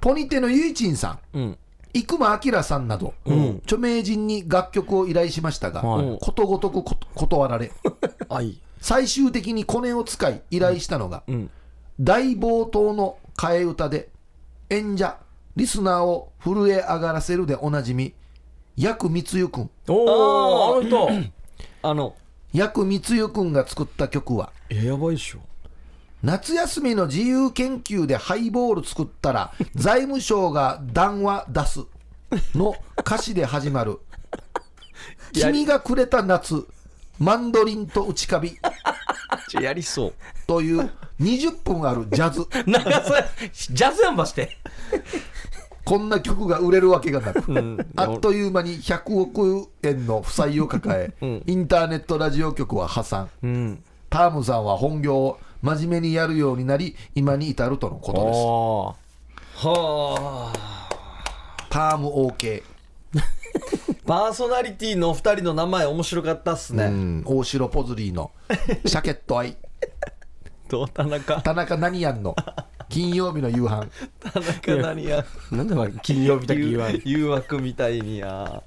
[SPEAKER 3] ポニテのゆいちんさん
[SPEAKER 1] うん
[SPEAKER 3] 生間明さんなど、
[SPEAKER 1] ん
[SPEAKER 3] 著名人に楽曲を依頼しましたが、
[SPEAKER 2] はい
[SPEAKER 3] ことごとくこと断られ
[SPEAKER 1] あい
[SPEAKER 3] 最終的にコネを使い依頼したのが、
[SPEAKER 1] うん
[SPEAKER 3] 大冒頭の替え歌で演者リスナーを震え上がらせるでおなじみヤクミツユくん
[SPEAKER 2] おおあの人
[SPEAKER 1] <clears throat> あの
[SPEAKER 3] ヤクミツユくんが作った曲は
[SPEAKER 1] えやばいっしょ
[SPEAKER 3] 夏休みの自由研究でハイボール作っ
[SPEAKER 1] <laughs>
[SPEAKER 3] たら財務省が談話出すの歌詞で始まる「
[SPEAKER 1] <laughs> やり
[SPEAKER 3] 君がくれた夏マンドリンと内カビ
[SPEAKER 1] ちょやりそう」
[SPEAKER 3] という20分あるジャズ
[SPEAKER 2] なんかそれジャズやんばして
[SPEAKER 3] こんな曲が売れるわけがなく、
[SPEAKER 1] ん
[SPEAKER 3] あっという間に100億円の負債を抱え、
[SPEAKER 1] うん
[SPEAKER 3] インターネットラジオ局は破産
[SPEAKER 1] うん
[SPEAKER 3] タームさんは本業を真面目にやるようになり今に至るとのことです
[SPEAKER 2] おお
[SPEAKER 1] はあ
[SPEAKER 3] ターム OK、
[SPEAKER 1] パーソナリティのお二人の名前面白かったっす
[SPEAKER 3] う
[SPEAKER 1] ね、
[SPEAKER 3] ん、大城ポズリーのシャケット愛
[SPEAKER 1] どう田中
[SPEAKER 3] 田中何やんの金曜日の夕飯
[SPEAKER 1] 田中何や
[SPEAKER 2] なんでお前金曜日だけ言
[SPEAKER 1] 誘
[SPEAKER 2] わん
[SPEAKER 1] 誘惑みたいにや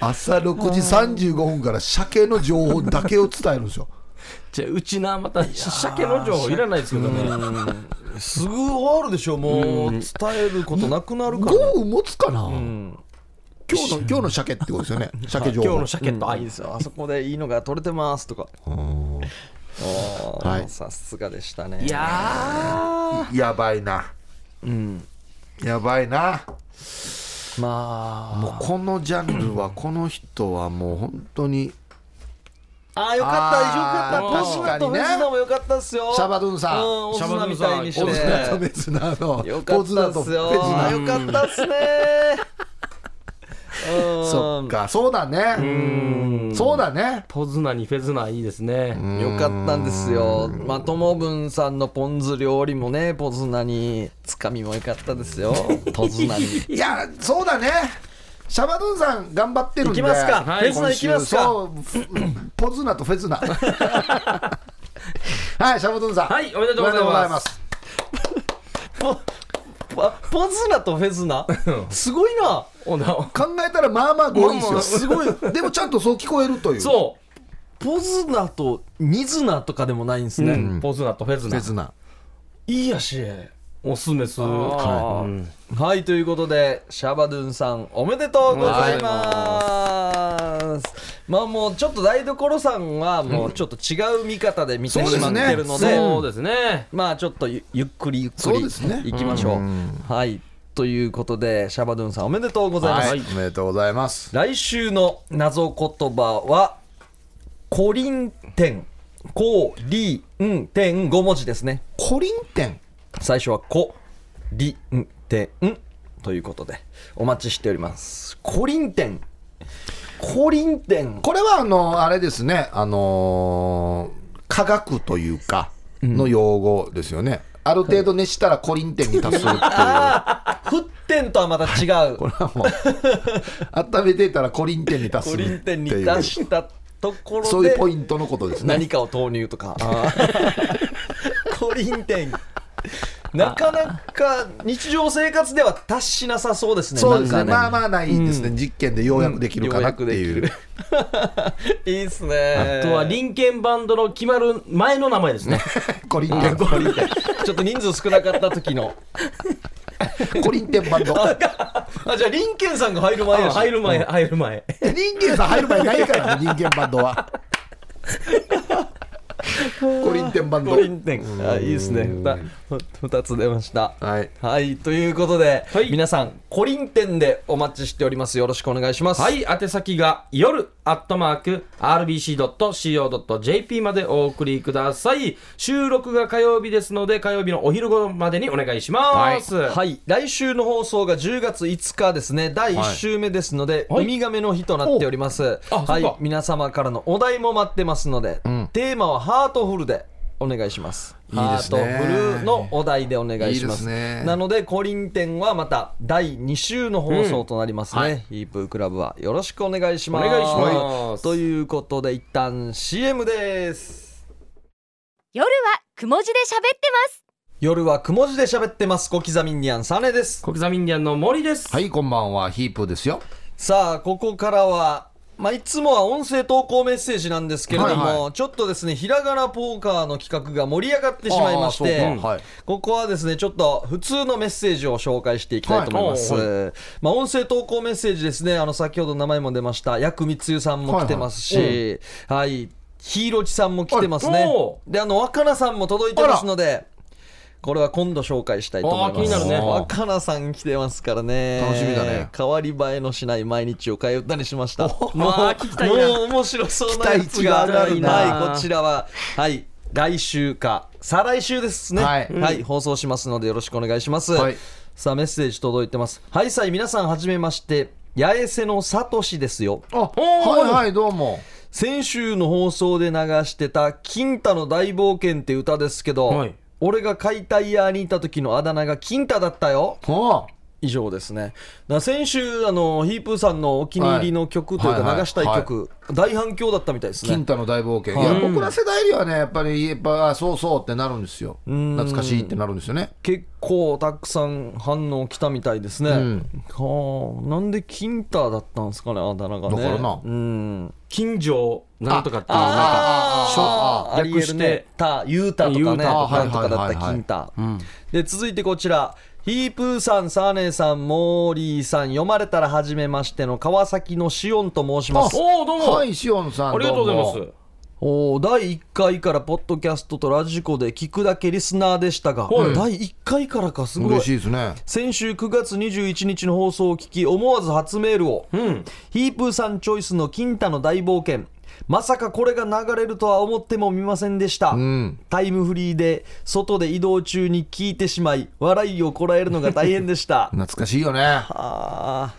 [SPEAKER 3] 朝6時35分から鮭の情報だけを伝えるんですよ
[SPEAKER 2] じゃあうちなまた鮭の情報いらないですけどね
[SPEAKER 1] すぐ終わるでしょもう伝えることなくなるから、
[SPEAKER 3] 豪雨持つかな、
[SPEAKER 1] うん
[SPEAKER 3] 今日の今日の鮭ってことですよね鮭情
[SPEAKER 2] 今
[SPEAKER 3] 報
[SPEAKER 2] 日の鮭と
[SPEAKER 1] あ
[SPEAKER 2] あ
[SPEAKER 1] いい
[SPEAKER 2] い
[SPEAKER 1] で
[SPEAKER 2] ですす
[SPEAKER 1] よあそこでいいのが取れてますとか
[SPEAKER 3] うん
[SPEAKER 1] あー
[SPEAKER 3] はい
[SPEAKER 1] さすがでしたね
[SPEAKER 2] いや
[SPEAKER 3] やばいな
[SPEAKER 1] うん
[SPEAKER 3] やばいな
[SPEAKER 1] ま
[SPEAKER 3] もうこのジャンルはこの人はもう本当に
[SPEAKER 1] ああーよかった
[SPEAKER 3] あ
[SPEAKER 1] よ
[SPEAKER 3] ー
[SPEAKER 1] かった確か
[SPEAKER 3] 確か
[SPEAKER 1] に
[SPEAKER 3] にね
[SPEAKER 1] ね藤田もよかったっすよ
[SPEAKER 3] シャバドゥンさん
[SPEAKER 1] うんオズナみたいにし
[SPEAKER 2] シャ
[SPEAKER 1] て
[SPEAKER 2] バドゥン
[SPEAKER 3] 女と別なの
[SPEAKER 1] よかったっすよ
[SPEAKER 3] ポズナと別な
[SPEAKER 1] よかったっすね <laughs> うん
[SPEAKER 3] そっかそうだねそうだね
[SPEAKER 2] ポズナにフェズナいいですね
[SPEAKER 1] よかったんですよ。まあ、ともぶんさんのポン酢料理もね、ポズナに、つかみも良かったです <laughs> よ。ポズナに。
[SPEAKER 3] いやそうだねシャバドゥンさん頑張ってるんで
[SPEAKER 1] 行きますか、
[SPEAKER 2] は
[SPEAKER 1] フ
[SPEAKER 2] い
[SPEAKER 1] ェズナ行きますか
[SPEAKER 3] そうふポズナとフェ
[SPEAKER 1] <laughs>
[SPEAKER 3] ズナはいシャバドゥンさん
[SPEAKER 2] はいおめでとうございます
[SPEAKER 3] おめです
[SPEAKER 1] ポあポズナとフェズナすごいな
[SPEAKER 2] おな
[SPEAKER 3] 考えたらまあまあ強引ですよ
[SPEAKER 1] すごい。
[SPEAKER 3] でもちゃんとそう聞こえるという
[SPEAKER 2] そ
[SPEAKER 1] ポズナとニズナとかでもないんです
[SPEAKER 2] う
[SPEAKER 1] ね。
[SPEAKER 2] ねポズナとフェズ
[SPEAKER 3] フェ
[SPEAKER 2] ナ
[SPEAKER 3] ズナ
[SPEAKER 1] いいやし。
[SPEAKER 2] オスメス
[SPEAKER 1] は
[SPEAKER 2] はいい
[SPEAKER 1] はい、ということで、シャバドゥンさん、おめでとうございます。まあもうちょっと台所さんはもうちょっと違う見方で見てしまってるので、
[SPEAKER 2] そうですね
[SPEAKER 1] まあちょっとゆゆっくりゆっく
[SPEAKER 3] そう
[SPEAKER 1] り
[SPEAKER 3] ですね
[SPEAKER 1] いきましょう。はいということでシャバドゥンさんおめでとうございます。
[SPEAKER 3] はいおめでとうございます
[SPEAKER 1] 来週の謎言葉はコリンテンコリンテン5文字ですね。
[SPEAKER 3] コリンテン
[SPEAKER 1] 最初はコリンテンということでお待ちしております。コリンテンコリンテン
[SPEAKER 3] これはあのあれですね、あのー科学というかの用語ですよね、ある程度熱したらコリンテンに達する <laughs> っていう、これ
[SPEAKER 1] フッテンとはまた違
[SPEAKER 3] <laughs>
[SPEAKER 1] う。
[SPEAKER 3] はもう、温めていたらコリンテンに達
[SPEAKER 1] コ
[SPEAKER 3] す
[SPEAKER 1] リ
[SPEAKER 3] る
[SPEAKER 1] ン
[SPEAKER 3] っ
[SPEAKER 1] テ
[SPEAKER 3] て
[SPEAKER 1] ンに
[SPEAKER 3] い
[SPEAKER 1] 出
[SPEAKER 3] う、
[SPEAKER 1] したところで
[SPEAKER 3] そういうポイン
[SPEAKER 1] <laughs>
[SPEAKER 3] トのことですね。
[SPEAKER 1] 何かを投入とか。コリンテン。なかなか日常生活では達しなさそうですね。
[SPEAKER 3] そうです
[SPEAKER 1] な
[SPEAKER 3] ね
[SPEAKER 1] んか
[SPEAKER 3] まあまあないですね、
[SPEAKER 1] う
[SPEAKER 3] 実験でようやくできるかなっていう,、
[SPEAKER 1] よやくできるいいっすね。
[SPEAKER 2] あとは、林ンバンドの決まる前の名前ですね。
[SPEAKER 3] コリンテンコリンテ
[SPEAKER 1] ちょっと人数少なかった時の。
[SPEAKER 3] ンコリンテンバンド
[SPEAKER 1] あ、じゃあ、林ンさんが入る前やし。
[SPEAKER 2] 入る前、入る前。
[SPEAKER 3] 人間さん入る前ないからね人間バンド <laughs> はコリンテンバンド
[SPEAKER 1] コリンテン。あ、いいですね。ふた二つ出ました。
[SPEAKER 3] はい
[SPEAKER 1] はい、ということで、
[SPEAKER 2] はい
[SPEAKER 1] 皆さん、コリンテンでお待ちしております。よろしくお願いします。
[SPEAKER 2] はい、宛先が夜アットマーク RBC.CO.JP までお送りください。収録が火曜日ですので、火曜日のお昼頃までにお願いします。はい、
[SPEAKER 1] はい、来週の放送が10月5日ですね第1週目ですので、
[SPEAKER 2] はい
[SPEAKER 1] ウミガメの日となっております
[SPEAKER 2] おあ
[SPEAKER 1] は
[SPEAKER 2] そ
[SPEAKER 1] い
[SPEAKER 2] っか
[SPEAKER 1] 皆様からのお題も待ってますので、テーマはハートフルでお願いします
[SPEAKER 3] いいですね
[SPEAKER 1] ハートフルのお題でお願いします
[SPEAKER 3] いいですね
[SPEAKER 1] なのでコリンテンはまた第2週の放送となりますね、ヒープークラブはよろしくお願いします
[SPEAKER 2] お願いします
[SPEAKER 1] ということで一旦 CM です
[SPEAKER 4] 夜はくも字で喋ってます
[SPEAKER 1] 夜はくも字で喋ってます小刻みにゃんサネです
[SPEAKER 2] 国ザミンディアンの森です。
[SPEAKER 3] はいこんばんはヒープーですよ
[SPEAKER 1] さあここからは、まあ、いつもは音声投稿メッセージなんですけれども、
[SPEAKER 3] はいは
[SPEAKER 1] ちょっとですねひらがなポーカーの企画が盛り上がってしまいまし
[SPEAKER 3] あ
[SPEAKER 1] て
[SPEAKER 3] ーそうかはい
[SPEAKER 1] ここはですねちょっと普通のメッセージを紹介していきたいと思います、
[SPEAKER 2] はい
[SPEAKER 1] まあ、音声投稿メッセージですねあの先ほど名前も出ましたやくみつゆさんも来てますし、はいひいろちさんも来てます
[SPEAKER 2] あ
[SPEAKER 1] ね
[SPEAKER 2] お
[SPEAKER 1] であの若菜さんも届いてますのでこれは今度紹介したいと思います
[SPEAKER 2] あー気になるね
[SPEAKER 1] 若菜さん来てますからね
[SPEAKER 3] 楽しみだね
[SPEAKER 1] 変わり映えのしない毎日を替え歌にしました。もう、もう
[SPEAKER 2] あー聞きたいな
[SPEAKER 1] 面白そうなやつが
[SPEAKER 3] 期待値が上がるな
[SPEAKER 1] はい、こちらは、はい、来週か、再来週ですね。は
[SPEAKER 3] はいい、
[SPEAKER 1] 放送しますのでよろしくお願いします。
[SPEAKER 3] はい
[SPEAKER 1] さあ、メッセージ届いてます。はい、さあ、皆さんはじめまして、八重瀬のさとしですよ。
[SPEAKER 3] あはいはいどうも
[SPEAKER 1] 先週の放送で流してた「金太の大冒険」って歌ですけど、
[SPEAKER 2] はい
[SPEAKER 1] 俺が解体屋にいた時のあだ名が金太だったよ
[SPEAKER 3] は
[SPEAKER 1] 以上ですねだから先週あのヒープーさんのお気に入りの曲という
[SPEAKER 3] はい
[SPEAKER 1] か
[SPEAKER 3] はい
[SPEAKER 1] 流したい曲、大反響だったみたいです
[SPEAKER 3] 金
[SPEAKER 1] ね
[SPEAKER 3] 太の大冒険、い、や僕ら世代にはねやっぱりやっぱあそうそうってなるんですよ懐かしいってなるんですよね
[SPEAKER 1] 結構たくさん反応来たみたいですね、はあなんで金太だったんですかねあだ名がね
[SPEAKER 3] だからな
[SPEAKER 1] うん
[SPEAKER 2] 近所なんとかっていう、なんか、
[SPEAKER 1] ああ
[SPEAKER 2] あ
[SPEAKER 1] 略し
[SPEAKER 2] 略してて
[SPEAKER 1] 「た」「ゆうた」とか
[SPEAKER 2] ゆ
[SPEAKER 1] ね「
[SPEAKER 2] うた
[SPEAKER 1] なんとかだっ
[SPEAKER 3] は
[SPEAKER 1] た
[SPEAKER 3] いはいはいはい
[SPEAKER 1] 金太」で続いてこちらヒープーさん、サーネーさん、モーリーさん、読まれたら初めましての川崎のしおんと申します。
[SPEAKER 2] おお、どうも、
[SPEAKER 3] はいシオンさん
[SPEAKER 2] ありがとうございます。
[SPEAKER 3] ども
[SPEAKER 1] おー第1回からポッドキャストとラジコで聞くだけリスナーでしたが、
[SPEAKER 2] はい
[SPEAKER 1] 第1回からかすごい
[SPEAKER 3] 嬉しいですね
[SPEAKER 1] 先週9月21日の放送を聞き思わず初メールを、
[SPEAKER 2] ん
[SPEAKER 1] ヒープーさんチョイスの金太の大冒険まさかこれが流れるとは思ってもみませんでした、
[SPEAKER 3] ん
[SPEAKER 1] タイムフリーで外で移動中に聞いてしまい笑いをこらえるのが大変でした
[SPEAKER 3] 懐かしいよね
[SPEAKER 1] あ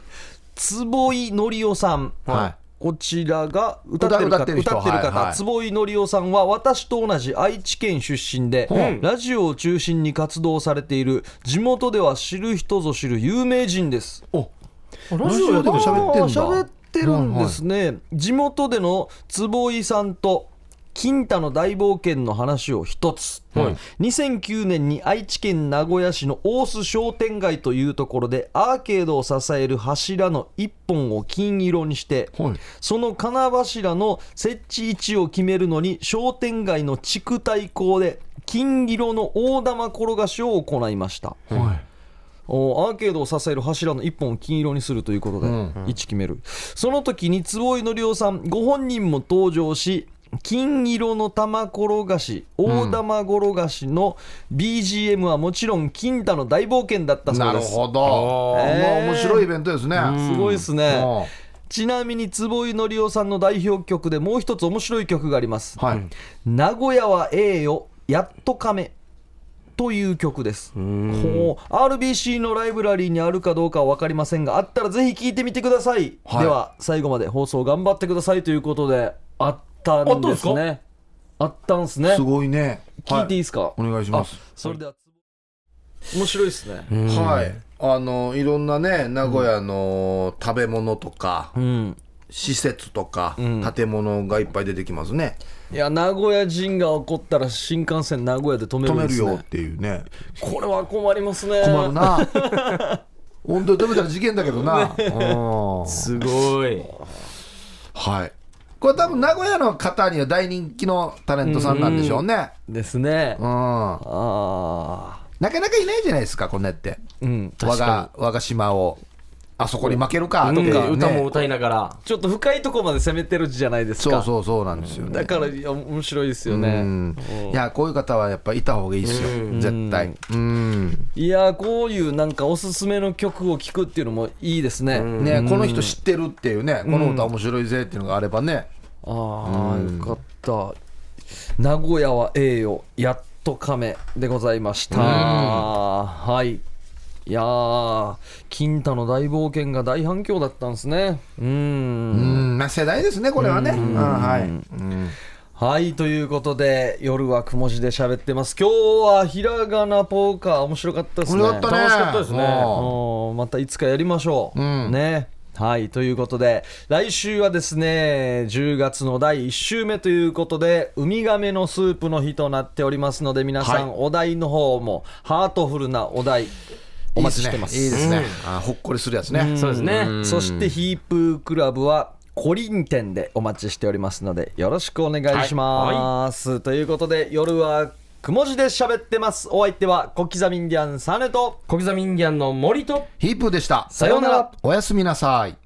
[SPEAKER 1] ー坪井紀夫さん、
[SPEAKER 3] はい
[SPEAKER 1] こちらが歌ってる
[SPEAKER 3] 歌
[SPEAKER 1] 方
[SPEAKER 3] ってる人
[SPEAKER 1] 歌ってる
[SPEAKER 3] はいは
[SPEAKER 1] 方
[SPEAKER 3] い
[SPEAKER 1] 坪井紀夫さんは私と同じ愛知県出身で
[SPEAKER 2] うん
[SPEAKER 1] ラジオを中心に活動されている地元では知る人ぞ知る有名人です
[SPEAKER 2] ラジオやって
[SPEAKER 3] でも
[SPEAKER 2] る
[SPEAKER 3] 喋ってんだ
[SPEAKER 1] あー喋ってるんですね、地元での坪井さんと金太の大冒険の話を一つ、
[SPEAKER 2] はい
[SPEAKER 1] 2009年に愛知県名古屋市の大須商店街というところでアーケードを支える柱の1本を金色にして、
[SPEAKER 3] はい
[SPEAKER 1] その金柱の設置位置を決めるのに商店街の地区対抗で金色の大玉転がしを行いました
[SPEAKER 3] は
[SPEAKER 1] おアーケードを支える柱の一本を金色にするということで、位置決めるその時に坪井のりおさんご本人も登場し金色の玉転がし大玉転がしの BGM はもちろん金太の大冒険だった
[SPEAKER 3] い
[SPEAKER 1] そ
[SPEAKER 3] な
[SPEAKER 1] うで
[SPEAKER 3] る
[SPEAKER 1] す
[SPEAKER 3] ほど
[SPEAKER 1] あー
[SPEAKER 3] まあ面白いイベントですね
[SPEAKER 1] すごいですね、
[SPEAKER 3] うん
[SPEAKER 1] ちなみに坪井のりおさんの代表曲でもう一つ面白い曲があります、
[SPEAKER 3] はい
[SPEAKER 1] 名古屋はええよやっと亀という曲ですこう RBC のライブラリーにあるかどうかは分かりませんがあったらぜひ聴いてみてください、
[SPEAKER 3] はい
[SPEAKER 1] では最後まで放送頑張ってくださいということであったんですねあったんですね
[SPEAKER 3] すごいね
[SPEAKER 1] 聞いていいで
[SPEAKER 3] は
[SPEAKER 1] すか、
[SPEAKER 3] お願いします
[SPEAKER 1] それでは面白いですね
[SPEAKER 3] はいあのいろんなね名古屋の食べ物とか
[SPEAKER 1] うん
[SPEAKER 3] 施設とか
[SPEAKER 1] ん
[SPEAKER 3] 建物がいっぱい出てきますね
[SPEAKER 1] いや名古屋人が怒ったら新幹線名古屋で止める
[SPEAKER 3] 止
[SPEAKER 1] ん
[SPEAKER 3] め
[SPEAKER 1] で
[SPEAKER 3] る
[SPEAKER 1] す、ね、
[SPEAKER 3] よっていうね
[SPEAKER 1] これは困りますね
[SPEAKER 3] 困るな本当に止めたら事件だけどな、うん
[SPEAKER 2] すごい
[SPEAKER 3] はいこれ多分名古屋の方には大人気のタレントさんなんでしょうね
[SPEAKER 1] ですね
[SPEAKER 3] うん
[SPEAKER 1] ああ
[SPEAKER 3] なかなかいないじゃないですかこんなやって
[SPEAKER 1] うん
[SPEAKER 3] 我
[SPEAKER 2] 確かに
[SPEAKER 3] が我が島をあそこに負けるかって
[SPEAKER 2] なん
[SPEAKER 3] ね
[SPEAKER 2] か歌も歌いながら
[SPEAKER 1] ちょっと深いとこまで攻めてるじゃないです
[SPEAKER 3] そう
[SPEAKER 1] か
[SPEAKER 3] そうそうなんですよね
[SPEAKER 1] だからいや面白いですよ
[SPEAKER 3] うん
[SPEAKER 1] ね
[SPEAKER 3] いやこういう方はやっぱいた方がいいですよ絶対うん
[SPEAKER 1] いやこういうなんかおすすめの曲を聴くっていうのもいいですね、
[SPEAKER 3] ねこの人知ってるっていうねこの歌面白いぜっていうのがあればね
[SPEAKER 1] ああよかった名古屋は栄誉やっと亀でございましたはいいやー金太の大冒険が大反響だったんですねうん
[SPEAKER 3] うんまあ世代ですねこれはねうんはいうん
[SPEAKER 1] はいということで夜はくも字で喋ってます今日はひらがなポーカー面白かったです
[SPEAKER 3] 面
[SPEAKER 1] ね
[SPEAKER 3] 白かったね
[SPEAKER 2] 楽しかったですね
[SPEAKER 3] うん
[SPEAKER 1] おーまたいつかやりましょう、
[SPEAKER 3] うん
[SPEAKER 1] ねはいということで来週はですね10月の第1週目ということでウミガメのスープの日となっておりますので皆さん、
[SPEAKER 3] は
[SPEAKER 1] お題の方もハートフルなお題お待ちしてます
[SPEAKER 3] いいですねいいですねあほっこりするやつね
[SPEAKER 2] そうですね
[SPEAKER 1] そしてヒープークラブはコリン店でお待ちしておりますのでよろしくお願いします、ということで夜はくも字で喋ってますお相手は小刻みインディアンサネと
[SPEAKER 2] 小刻みインディアンの森と
[SPEAKER 3] ヒープーでした
[SPEAKER 1] さようなら
[SPEAKER 3] おやすみなさい